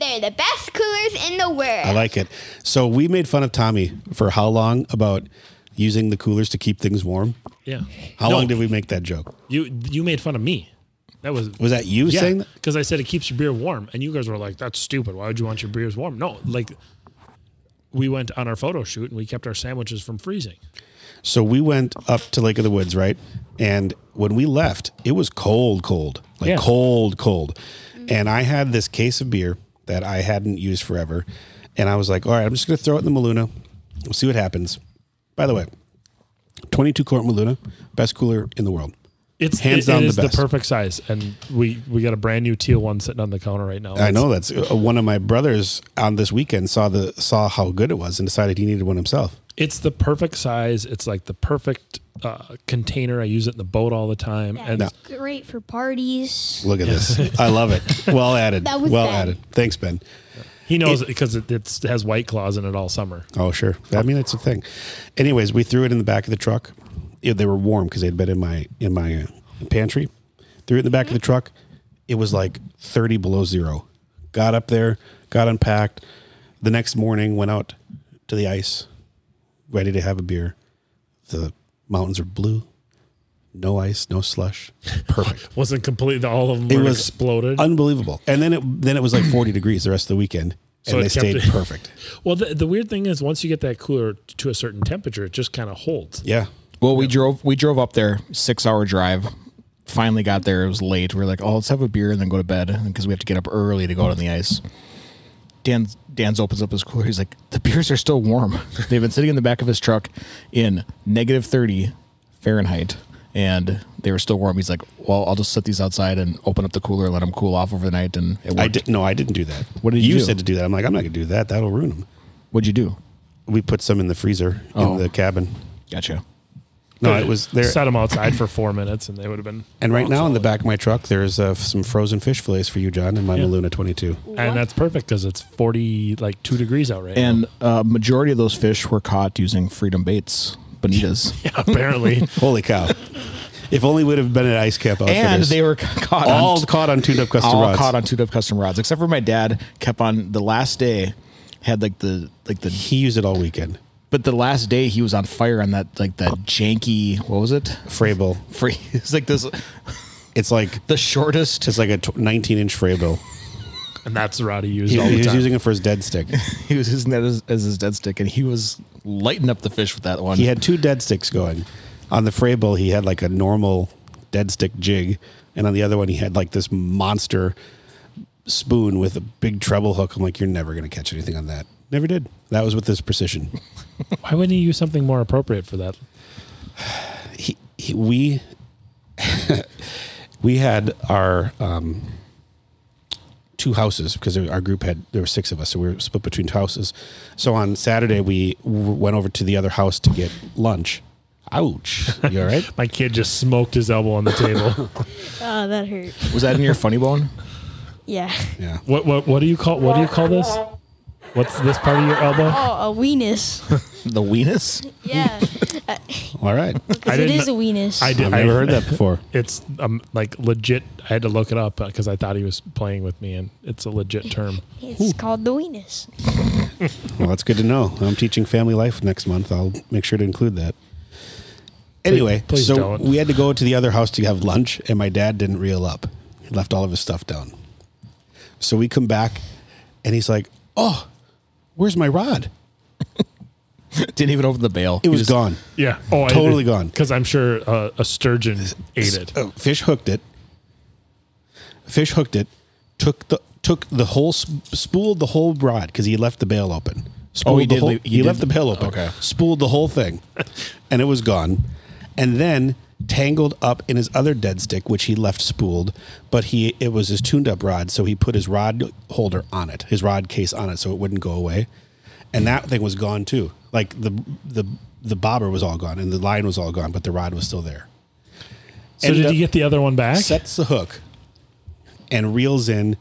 They're the best coolers in the world.
I like it. So we made fun of Tommy for how long about using the coolers to keep things warm?
Yeah.
How
No,
long did we make that joke?
you you made fun of me? That was
Was that you saying
Yeah,
that?
because I said it keeps your beer warm, and you guys were like, "That's stupid. Why would you want your beers warm?" No, like we went on our photo shoot and we kept our sandwiches from freezing.
So we went up to Lake of the Woods, right? And when we left, it was cold, cold, like
Yeah.
cold, cold. And I had this case of beer that I hadn't used forever. And I was like, all right, I'm just going to throw it in the Maluna. We'll see what happens. By the way, 22 quart Maluna, best cooler in the world.
It's
Hands
it- it
down the
is the,
best.
perfect size, and we we got a brand new teal one sitting on the counter right now.
I know that's uh, one of my brothers on this weekend saw the saw how good it was and decided he needed one himself.
It's the perfect size. It's like the perfect uh, container. I use it in the boat all the time, and
No.
Great for parties.
Look at this. I love it. Well added.
That was
well
Ben.
added. Thanks, Ben.
he knows it because it it's, has white claws in it all summer.
Oh, sure. I mean, it's a thing. Anyways, we threw it in the back of the truck. Yeah, they were warm because they'd been in my in my uh, pantry. Threw it in the back of the truck. It was like thirty below zero. Got up there, got unpacked. The next morning, went out to the ice, ready to have a beer. The mountains are blue. No ice, no slush. Perfect.
Wasn't completely all of them
It
were
was
exploded.
Unbelievable. And then it then it was like forty degrees the rest of the weekend,
So
and they
it kept
stayed
it-
perfect.
well, the, the weird thing is, once you get that cooler to a certain temperature, it just kind of holds.
Yeah.
Well, we drove we drove up there, six hour drive. Finally got there. It was late. We were like, oh, let's have a beer and then go to bed because we have to get up early to go out on the ice. Dan Dan's opens up his cooler. He's like, the beers are still warm. They've been sitting in the back of his truck in negative thirty Fahrenheit, and they were still warm. He's like, well, I'll just set these outside and open up the cooler, let them cool off over the night, and it worked.
I did no, I didn't do that.
What did you
you
do?
said to do that? I'm like, I'm not gonna do that. That'll ruin them.
What'd you do?
We put some in the freezer
Oh.
in the cabin.
Gotcha.
No, it was there.
Set them outside for four minutes, and they would have been.
And right now in the back of my truck, there's uh, some frozen fish fillets for you, John, and my
Yeah.
Maluna 22.
And that's perfect because it's forty like two degrees out right now.
And uh, majority of those fish were caught using freedom baits, bonitas.
Yeah, apparently.
Holy cow! if only we'd have been at Ice Cap Outfitters.
and they were caught
all
on,
caught on tuned up custom
all
rods.
caught on tuned up custom rods, except for my dad kept on the last day had like the like the
he used it all weekend.
but the last day he was on fire on that like that janky what was it
Frable.
free it's like this
It's like
the shortest
it's like a tw 19 inch Frable.
and that's the rod he used
He,
all
he
the
was
time.
using it for his dead stick.
he was using that as, as his dead stick and he was lighting up the fish with that one
He had two dead sticks going. On the Frable, he had like a normal dead stick jig, and on the other one, he had like this monster spoon with a big treble hook. I'm like, you're never gonna catch anything on that. Never did. That was with this precision.
Why wouldn't he use something more appropriate for that?
He, he, we we had our um, two houses because there- our group had there were six of us, so we were split between two houses. So on Saturday, we w- went over to the other house to get lunch. Ouch! You all right?
My kid just smoked his elbow on the table.
Oh, that hurt.
was that in your funny bone
Yeah.
yeah.
what what what do you call what do you call this? What's this part of your elbow?
Oh, a weenus.
the weenus
yeah.
All right.
I
Because it
didn't
is a weenus.
I did.
I've
I-
never heard that before.
It's um, like legit. I had to look it up because I thought he was playing with me, and it's a legit term.
it's called the weenus.
Well, that's good to know. I'm teaching family life next month. I'll make sure to include that. Anyway,
please
so
don't.
we had to go to the other house to have lunch, and my dad didn't reel up. He left all of his stuff down. So we come back, and he's like, "Oh, where's my rod?
didn't even open the bail
It was gone.
Yeah. Oh,
Totally gone.
Because I'm sure uh, a sturgeon ate it.
Oh, fish hooked it. Fish hooked it. Took the took the whole sp- spooled the whole rod because he left the bail open. Spooled
he
the
did
whole-
leave-
he,
he did-
left the bail open.
okay.
Spooled the whole thing, and it was gone. And then tangled up in his other dead stick, which he left spooled, but he it was his tuned up rod, so he put his rod holder on it, his rod case on it, so it wouldn't go away. And that thing was gone too. Like the the the bobber was all gone, and the line was all gone, but the rod was still there
So
ended
did
up-
he get the other one back?
sets the hook and reels in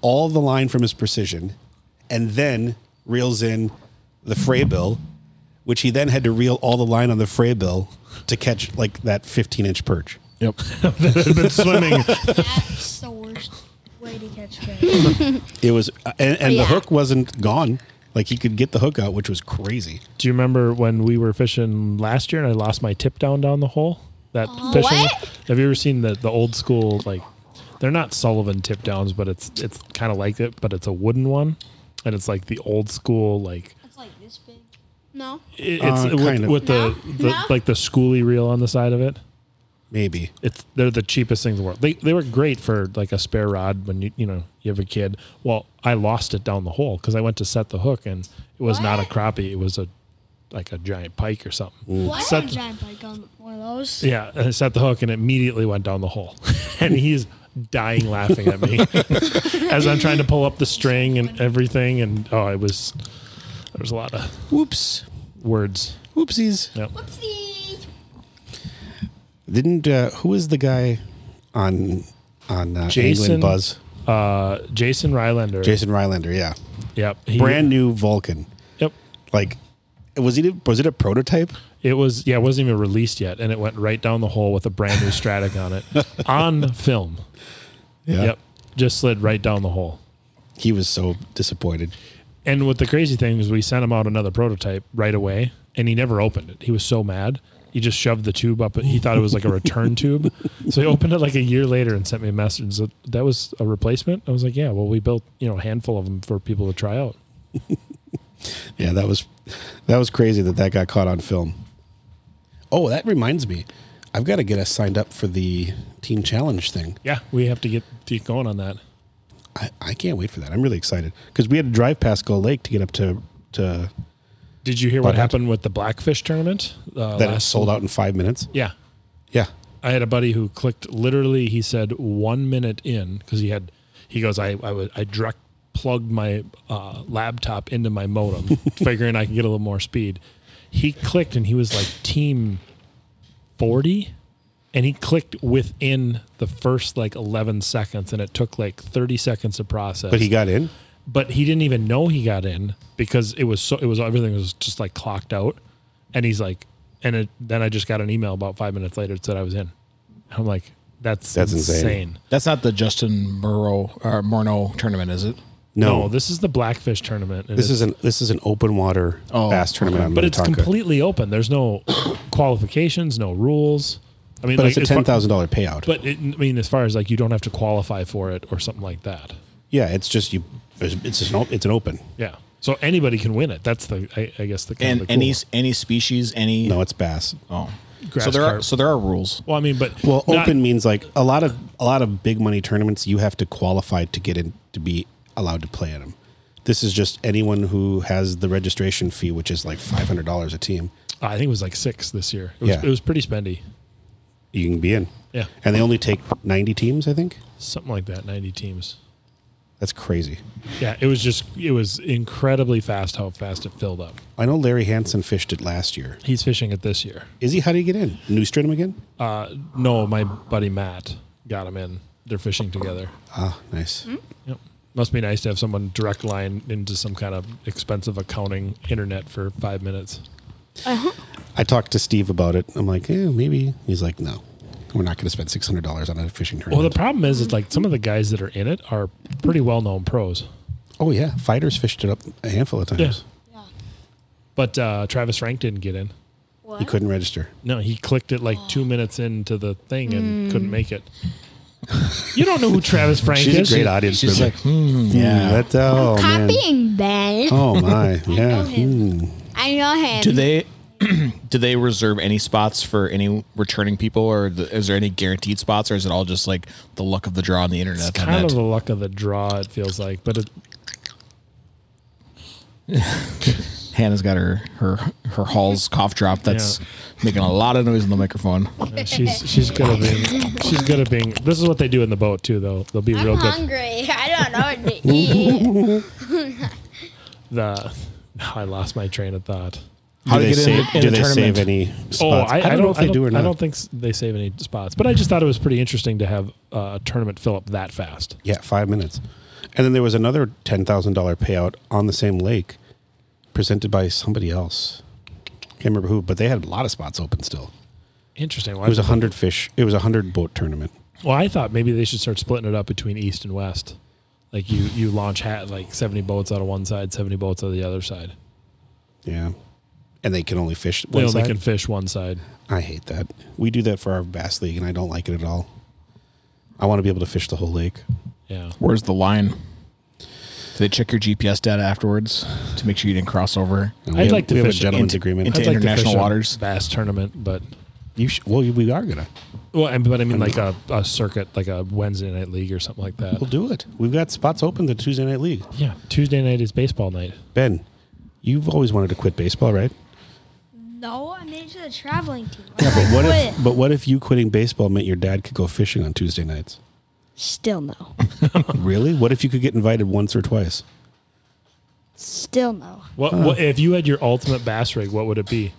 all the line from his precision and then reels in the fray bill which he then had to reel all the line on the fray bill to catch like that 15 inch perch
yep
been swimming.
That's the worst way to catch fish.
it was uh, and, and the
Yeah.
hook wasn't gone like he could get the hook out which was crazy
Do you remember when we were fishing last year and I lost my tip down down the hole? That fishing.
What?
Have you ever seen the the old school like? They're not Sullivan tip downs, but it's it's kind of like it, but it's a wooden one, and it's like the old school like
That's like this big.
No.
it- it's
Uh,
with,
kind of.
with the,
No?
the
No?
like the schoolie reel on the side of it.
Maybe.
it's they're the cheapest thing in the world. They they were great for like a spare rod when you you know you have a kid. Well, I lost it down the hole because I went to set the hook and it was not a crappie. It was a like a giant pike or something.
Why
Set-
a giant bike on one of those?
Yeah, and I set the hook and it immediately went down the hole, and he's dying laughing at me as I'm trying to pull up the string and everything. And oh, it was there was a lot of
Whoops.
words.
Whoopsies.
Yep. Oh,
Whoopsies.
Didn't uh, who is the guy on on uh,
Jason-
England Buzz?
Uh, Jason Rylander.
Jason Rylander. Yeah,
Yep. he-
brand new Vulcan.
Yep.
Like, was he was it a prototype?
It was yeah, it wasn't even released yet, and it went right down the hole with a brand new Stratic on it on film.
Yeah.
Yep, just slid right down the hole.
He was so disappointed.
And what the crazy thing is, we sent him out another prototype right away, and he never opened it. He was so mad. He just shoved the tube up. He thought it was like a return tube, so he opened it like a year later and sent me a message that that was a replacement. I was like, yeah, well, we built you know a handful of them for people to try out.
Yeah, that was that was crazy that that got caught on film. Oh, that reminds me, I've got to get us signed up for the team challenge thing.
Yeah, we have to get get going on that.
I, I can't wait for that. I'm really excited because we had to drive past Gull Lake to get up to to
Did you hear
Butthead.
what happened with the Blackfish tournament? Uh,
that it
last-
sold out in five minutes.
Yeah,
Yeah,
I had a buddy who clicked literally. He said one minute in because he had. He goes, I I, was, I direct plugged my uh, laptop into my modem, figuring I can get a little more speed. He clicked and he was like team forty, and he clicked within the first like eleven seconds, and it took like thirty seconds to process.
but he got in.
but he didn't even know he got in because it was so it was everything was just like clocked out, and he's like, and it, then I just got an email about five minutes later that said I was in. I'm like, that's
That's insane.
insane.
That's not the Justin Murrow or Morneau tournament, is it?
No.
No, this,
this is the Blackfish tournament. and it's-
is an this is an open water
Oh,
bass tournament, on
but it's
Minnetonka.
completely open. There's no qualifications, no rules. I mean,
But
like,
it's a
as far-
ten thousand dollar payout.
But it, I mean, as far as like you don't have to qualify for it or something like that.
yeah, it's just you. It's it's just an, op- it's an open.
Yeah. So anybody can win it. That's the I, I guess the kind
And
of the
any
cool-
any species, any
No, it's bass.
oh.
Grass
so there are
carp.
so there are rules.
Well, I mean, but
Well,
not-
open means like a lot of a lot of big money tournaments. You have to qualify to get in to be allowed to play in them. This is just anyone who has the registration fee, which is like five hundred dollars a team.
I think it was like six this year. It was,
Yeah.
it was pretty spendy.
You can be in.
Yeah.
and they only take ninety teams. I think
Something like that, 90 teams.
that's crazy.
Yeah, it was just, it was incredibly fast how fast it filled up.
I know Larry Hansen fished it last year.
He's fishing it this year.
Is he? How do you get in? New Stratum again?
Uh, no, my buddy Matt got him in. They're fishing together.
Ah, nice.
Yep. Must be nice to have someone direct line into some kind of expensive accounting internet for five minutes.
I talked to Steve about it. I'm like, eh, maybe. He's like, no, we're not going to spend six hundred dollars on a fishing
Well, the
tournament.
problem is, it's like some of the guys that are in it are pretty well known pros.
oh yeah, fighters fished it up a handful of times.
But uh, Travis Rank didn't get in.
He couldn't register.
No, he clicked it like
Oh.
two minutes into the thing and
Hmm.
couldn't make it. You don't know who Travis Frank
She's
is.
a great audience
She's
member.
like, hmm,
yeah, that, oh, man.
Copying Ben.
Oh my, yeah. Hmm.
I know him.
do they do they reserve any spots for any returning people, or the, is there any guaranteed spots, or is it all just like the luck of the draw on the internet?
It's
on
kind
that?
of the luck of the draw, it feels like. But it,
Hannah's got her her her Hall's cough drop. That's
Yeah.
making a lot of noise in the microphone.
uh, she's she's good at being she's good at being. This is what they do in the boat too, though. They'll be
I'm
real good.
hungry. I don't know what to eat.
The I lost my train of thought.
How
do they,
to get in
save,
the- in
do
the
they save
tournament.
any spots?
Oh, I, I, don't,
know if they do or
I don't
not.
think s- they save any spots. But I just thought it was pretty interesting to have uh, a tournament fill up that fast.
Yeah, five minutes. And then there was another ten thousand dollar payout on the same lake, presented by somebody else. Can't remember who, but they had a lot of spots open still.
Interesting. Well,
It was
I-
a hundred fish. It was a hundred boat tournament.
Well, I thought maybe they should start splitting it up between east and west. Like you, you launch hat like seventy boats out of one side, seventy boats out of the other side.
Yeah, and they can only fish
They
one
only
side.
can fish one side.
I hate that. We do that for our bass league, and I don't like it at all. I want to be able to fish the whole lake.
Yeah,
Where's the line? Do they check your GPS data afterwards to make sure you didn't cross over?
And
I'd
we have-
like to
we have a
fish
gentleman's
into-
agreement.
into-
I'd like to
international
fish a
waters.
bass tournament, but
You sh- well, we are gonna.
Well, and, but I mean, like a, a circuit, like a Wednesday night league or something like that.
We'll do it. We've got spots open the Tuesday night league.
Yeah, Tuesday night is baseball night.
Ben, you've always wanted to quit baseball, right?
No, I made it to the traveling team.
Yeah, but what if but what if you quitting baseball meant your dad could go fishing on Tuesday nights?
Still no.
really? What if you could get invited once or twice?
Still no.
What, what if you had your ultimate bass rig? What would it be?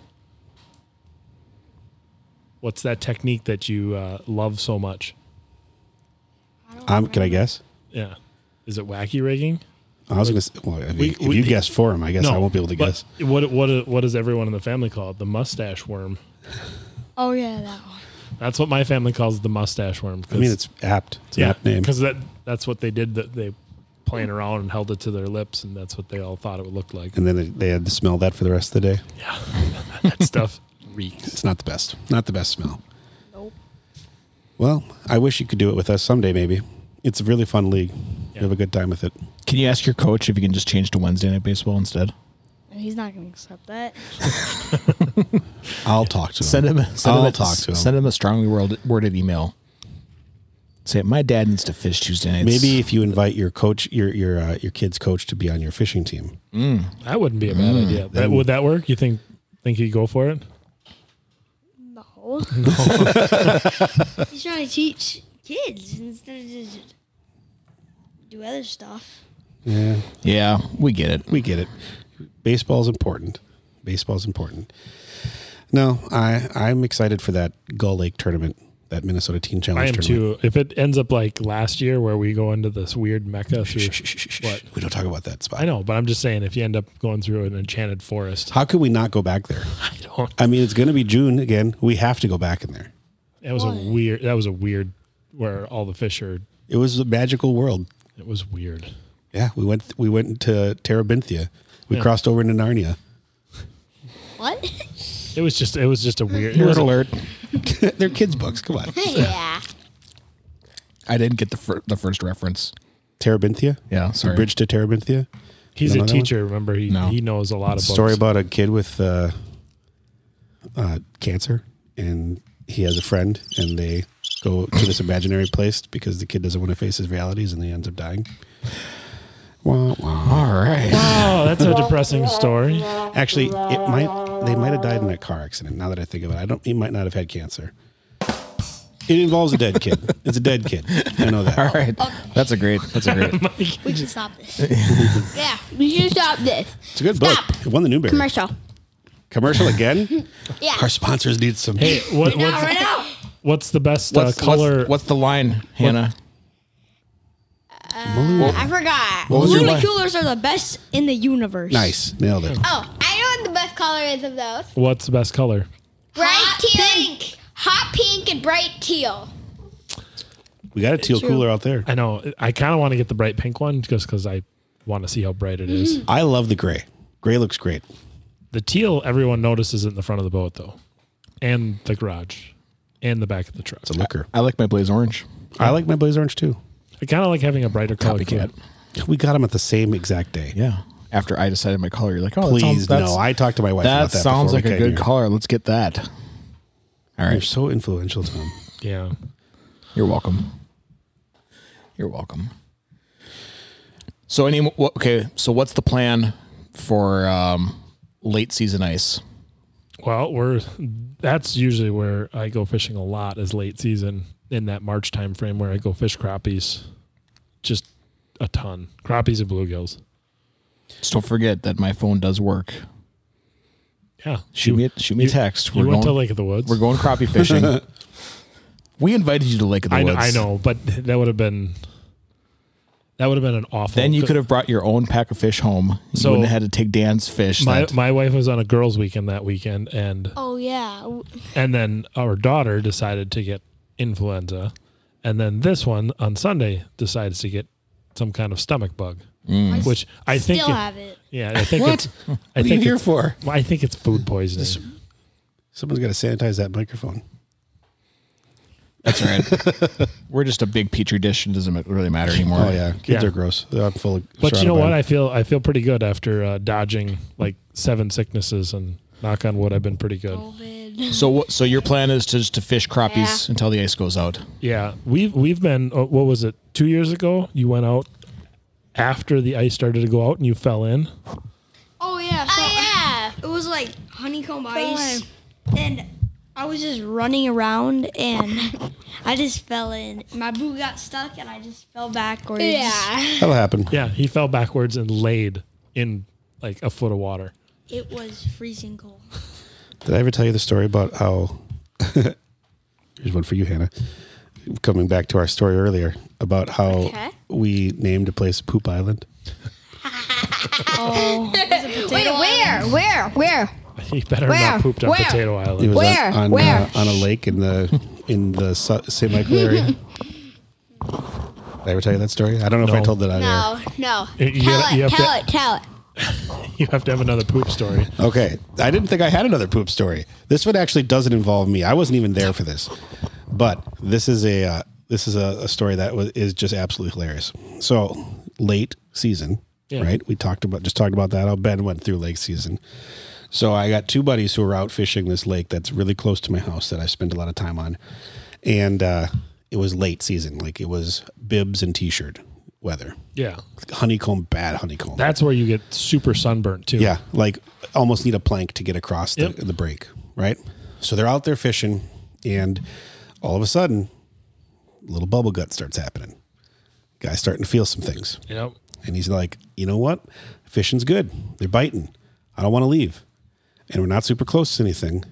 What's that technique that you uh, love so much?
Um, can I guess?
Yeah, is it wacky rigging?
I was gonna. Say, well, if,
We-
if
we-
you guess for him, I guess I won't be able to
but
guess.
What what what does everyone in the family call it? The mustache worm.
Oh yeah, that one.
That's what my family calls the mustache worm. 'cause-
I mean, it's apt. It's an apt name.
because that that's what they did. That they playing around and held it to their lips, and that's what they all thought it would look like.
And then they- they had to smell that for the rest of the day.
that stuff reeks.
It's not the best. Not the best smell. Nope. Well, I wish you could do it with us someday, maybe. It's a really fun league. You have a good time with it.
Can you ask your coach if you can just change to Wednesday night baseball instead?
He's not going to accept that.
I'll talk to him.
Send him. Send
I'll
him a,
talk to him.
Send him a strongly worded, worded email. Say my dad needs to fish Tuesday nights.
Maybe if you invite your coach, your your uh, your kid's coach to be on your fishing team.
That wouldn't be a bad
Mm,
idea. That, would that work? You think think he'd go for it?
No.
He's trying to teach kids instead of just do other stuff.
Yeah,
Yeah, we get it.
we get it. Baseball's important. Baseball's important. No, I I'm excited for that Gull Lake tournament, that Minnesota Teen Challenge
I am
tournament.
too. If it ends up like last year, where we go into this weird mecca through,
Shh, shh, shh, shh, shh.
What?
We don't talk about that spot.
I know, but I'm just saying, if you end up going through an enchanted forest,
How could we not go back there?
I don't.
I mean, it's going to be June again. We have to go back in there.
That was a weird. That was a weird. Where all the fish are.
It was a magical world.
It was weird.
Yeah, we went we went to Terabithia. We
Yeah.
crossed over into Narnia.
What?
It was just. It was just a weird. It was a,
alert.
They're kids' books. Come on,
yeah.
I didn't get the fir- the first reference.
Terabithia.
Yeah, sorry.
the bridge to Terabithia.
he's
You
a
know that one?
teacher. Remember, he
No.
he knows a lot of books.
story about a kid with uh, uh, cancer, and he has a friend, and they go to this imaginary place because the kid doesn't want to face his realities, and he ends up dying. Wah, wah.
All right.
Oh, that's a depressing story.
Actually, it might they might have died in a car accident. Now that I think of it, I don't. He might not have had cancer. It involves a dead kid. It's a dead kid. I know that.
All right. That's a great. That's a great.
We should stop this.
Yeah. We should stop this.
It's a good book.
Stop.
It won the Newbery.
Commercial.
Commercial again?
Yeah.
Our sponsors need some.
Hey, what, what's,
right now.
what's the best uh,
What's,
color?
what's, what's the line, Hannah?
I forgot.
What was your line?
Coolers are the best in the universe.
Nice. Nailed it.
Oh, I know what the best color is of those.
What's the best color?
Bright teal. Pink. Hot pink and bright teal.
We got a teal cooler out there.
I know. I kind of want to get the bright pink one just because I want to see how bright it is.
I love the gray. Gray looks great.
The teal, everyone notices it in the front of the boat though, and the garage, and the back of the truck.
It's a looker.
I like my blaze orange.
I like my blaze orange too.
I kind of like having a brighter
Oh,
color.
Copycat.
too.
We got them at the same exact day.
Yeah. After I decided my color, you're like, oh, that sounds,
Please,
that's,
no. I talked to my wife
that
about that.
sounds
before
like
we
a
came
good
here.
color. Let's get that. All
You're
right.
so influential, Tom.
Yeah.
You're welcome. You're welcome. So any wha- okay, so what's the plan for um, late season ice?
Well, we're that's usually where I go fishing a lot is late season in that March time frame where I go fish crappies, just a ton crappies and bluegills.
Just don't forget that my phone does work.
Yeah.
Shoot me a, shoot me a
you-
text.
you
We're
went to
going
Lake of the Woods.
we're going crappie fishing. we invited you to Lake of the
I know,
Woods.
I know, but that would have been that would have been an awful.
Then you could have brought your own pack of fish home. You
So-
wouldn't have had to take Dan's fish.
My
that-
my wife was on a girls' weekend that weekend, and
Oh yeah. W-
and then our daughter decided to get influenza, and then this one on Sunday decides to get some kind of stomach bug, which I think
Still
it-
have it.
yeah, I think it's I
Mm. What are you
think
here
it's-
for?
well, I think it's food poisoning.
Someone's got to sanitize that microphone.
that's all right. we're just a big petri dish and doesn't really matter anymore.
Oh yeah, kids
Yeah.
are gross. I'm full of.
but you
surrounded
know
by
what?
them.
I feel I feel pretty good after uh, dodging like seven sicknesses, and knock on wood, I've been pretty good.
COVID. good.
So what? So your plan is to just to fish crappies until the ice goes out.
Yeah, we've we've been. oh, What was it? Two years ago, you went out after the ice started to go out, and you fell in.
Oh yeah. So
Oh
It was like honeycomb ice,
away.
and I was just running around, and I just fell in. My boot got stuck, and I just fell backwards.
yeah. Yeah.
That'll happen.
Yeah, he fell backwards and laid in like a foot of water.
It was freezing cold.
Did I ever tell you the story about how? here's one for you, Hannah. Coming back to our story earlier about how
Okay.
we named a place Poop Island.
Wait, where? Where? Where?
He better
Where?
not pooped on
Where?
Potato
It
Island.
was on-
Where?
on
Where?
Uh, on a lake in the in the Su- St. Michael area. Did I ever tell you that story? I don't know if I
No.
told that on
No, no.
You- you
tell
gotta- you
it,
have
tell
to-
it, tell it.
You have to have another poop story.
air. Okay, I didn't think I had another poop story. This one actually doesn't involve me. I wasn't even there for this, but this is a uh, this is a, a story that was, is just absolutely hilarious. So late season,
Yeah.
right? We talked about just talked about that. How Ben went through lake season. So I got two buddies who were out fishing this lake that's really close to my house that I spend a lot of time on. And uh, it was late season, like it was bibs and t shirt weather.
Yeah,
Honeycomb, bad honeycomb.
that's where you get super sunburnt too.
yeah, like almost need a plank to get across the,
Yep.
the break, right? So they're out there fishing, and all of a sudden, little bubble gut starts happening. Guy's starting to feel some things.
you know,
And he's like, you know what? Fishing's good. They're biting. I don't want to leave. And we're not super close to anything.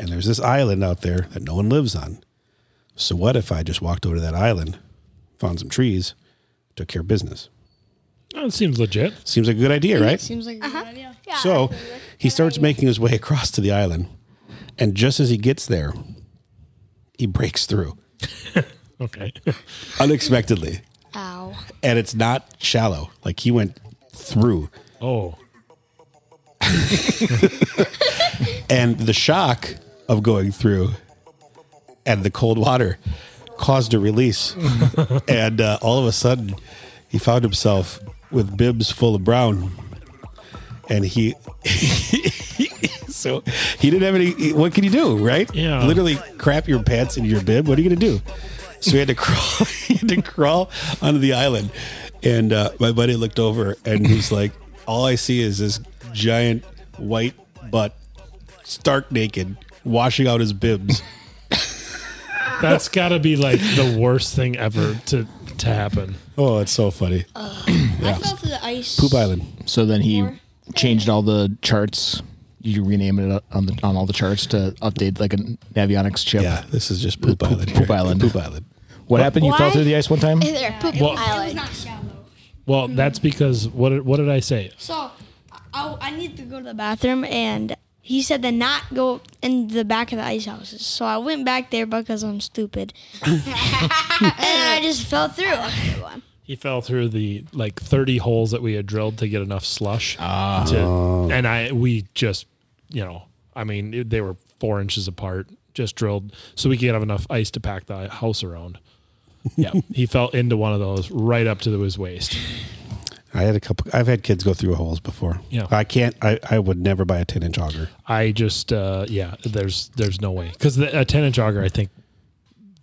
And there's this island out there that no one lives on. So what if I just walked over to that island, found some trees, took care of business?
that seems legit.
Seems like a good idea, right?
Seems like a good idea.
So he starts making his way across to the island. And just as he gets there, he breaks through
Okay,
unexpectedly.
Ow.
And it's not shallow. Like he went through.
oh,
and the shock of going through and the cold water caused a release and uh, all of a sudden he found himself with bibs full of brown and he so he didn't have any what can you do right
Yeah.
literally crap your pants in your bib what are you gonna do so he had to crawl he had to crawl onto the island and uh, my buddy looked over and he's like all i see is this giant white butt stark naked, washing out his bibs.
that's got to be like the worst thing ever to to happen.
oh, it's so funny.
I fell through the ice.
Poop Island.
So then he changed all the charts. You rename it uh, on the on all the charts to update like an avionics chip.
Yeah, this is just Poop Island.
Poop Island.
Poop Island.
What happened? You fell
Why?
through the ice one time.
Is there a poop
Well-
It was
island?
not shallow.
Well, that's because what did- what did I say?
So I, I needed to go to the bathroom, and he said to not go in the back of the ice houses. So I went back there because I'm stupid, and I just fell through.
He fell through the like 30 holes that we had drilled to get enough slush. to, and I we just, you know, I mean, it- they were four inches apart, just drilled so we could have enough ice to pack the house around. Yeah, he fell into one of those right up to his waist.
I had a couple. I've had kids go through holes before.
Yeah.
I can't. I, I would never buy a ten inch auger.
I just, uh, yeah, there's there's no way because a 10 inch auger, I think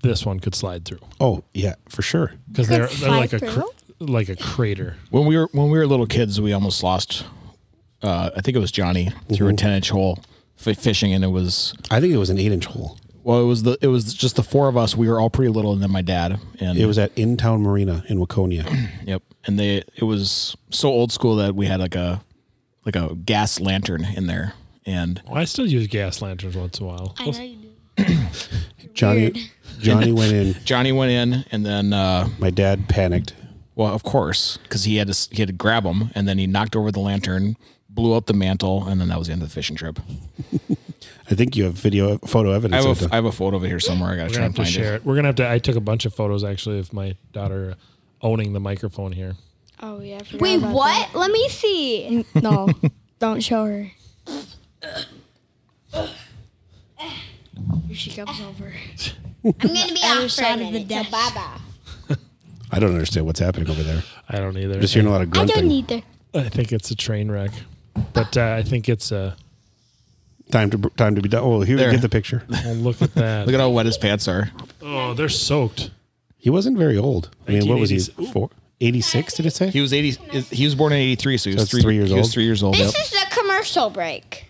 this one could slide through
Oh yeah, for sure.
because they're,
Could
they're like a
slide
cr- like a crater.
When we were when we were little kids, we almost lost. Uh, I think it was Johnny through
Mm-hmm.
a ten inch hole f- fishing, and it was
I think it was an eight inch hole.
well, it was the it was just the four of us. We were all pretty little, and then my dad, and
It was at In Town Marina in Waconia.
Yep. And they it was so old school that we had like a like a gas lantern in there. And
I still use gas lanterns once in a while.
I know you do.
Johnny Johnny went in.
Johnny went in and then uh
My dad panicked.
well, of course, cuz he had to s- he had to grab him and then he knocked over the lantern, blew out the mantle and then that was the end of the fishing trip.
I think you have video photo
I
evidence.
have
of
a, I
it.
have a photo over here somewhere. I got to
We're
try
gonna
and
have to
find
share
it.
it. We're gonna have to. I took a bunch of photos actually of my daughter owning the microphone here.
Oh, yeah. I forgot
Wait,
about
what? Let me see.
that. No. don't show her. Here she comes over.
I'm gonna be
other
off for a
side of the
minute. So
desk.
bye bye.
I don't understand what's happening over there.
I don't either.
Just hearing a lot of
I
grunting.
don't either.
I think it's a train wreck, but uh, I think it's a
Time to time to be done. Oh, here
There.
get the picture.
Oh, look at that.
Look at how wet his pants are.
oh, they're soaked.
He wasn't very old. I mean, what was he?
1980s. Ooh.
Four, 86, did it say?
He was eighty. He was born in eighty three, so he was
That's
three,
three years
He was
old.
three years old.
This
yep.
is the commercial break.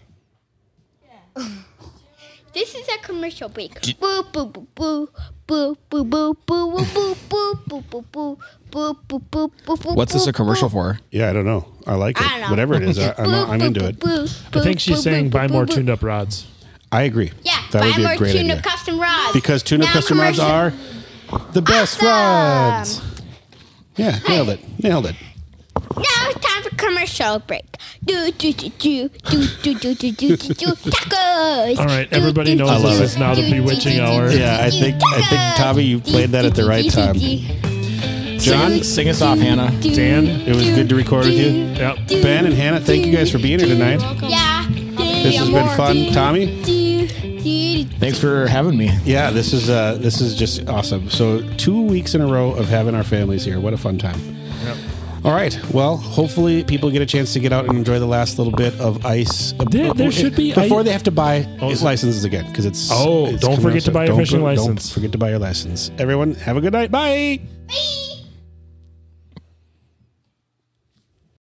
This is a commercial break. Boo boo boo boo boo boo boo boo boo boo boo boo boo boo boo boo boo boo.
What's this a commercial for?
yeah, I don't know. I like it.
I don't know.
Whatever it is, I, I'm, I'm into it.
I think she's saying buy more tuned up rods.
I agree.
Yeah,
that would
buy
be
more
a great
tune
idea.
up custom rods.
because tuna custom rods
Non-commercial.
are the best
Awesome.
rods. Yeah, nailed it. Nailed it.
Now it's time for commercial break. Do do do do do do do do do do do tacos.
All right, everybody knows
this is
now the bewitching hour.
Yeah, I think- I think, Tavi, you played that at the right time.
John, sing us off, Hannah.
Dan,
It was good to record with you.
Yep.
Ben and Hannah, thank you guys for being here tonight.
Yeah.
This has been fun. Tommy?
Thanks for having me.
Yeah, this is uh, this is just awesome. So two weeks in a row of having our families here. What a fun time! All right. Well, hopefully people get a chance to get out and enjoy the last little bit of ice.
There- there should be
before
ice-
they have to buy
Oh, is it-
licenses again because it's
Oh,
it's
don't
coming
forget
up,
to buy your
don't
fishing
go-
license.
Don't forget to buy your license. Everyone, have a good night. Bye.
Bye.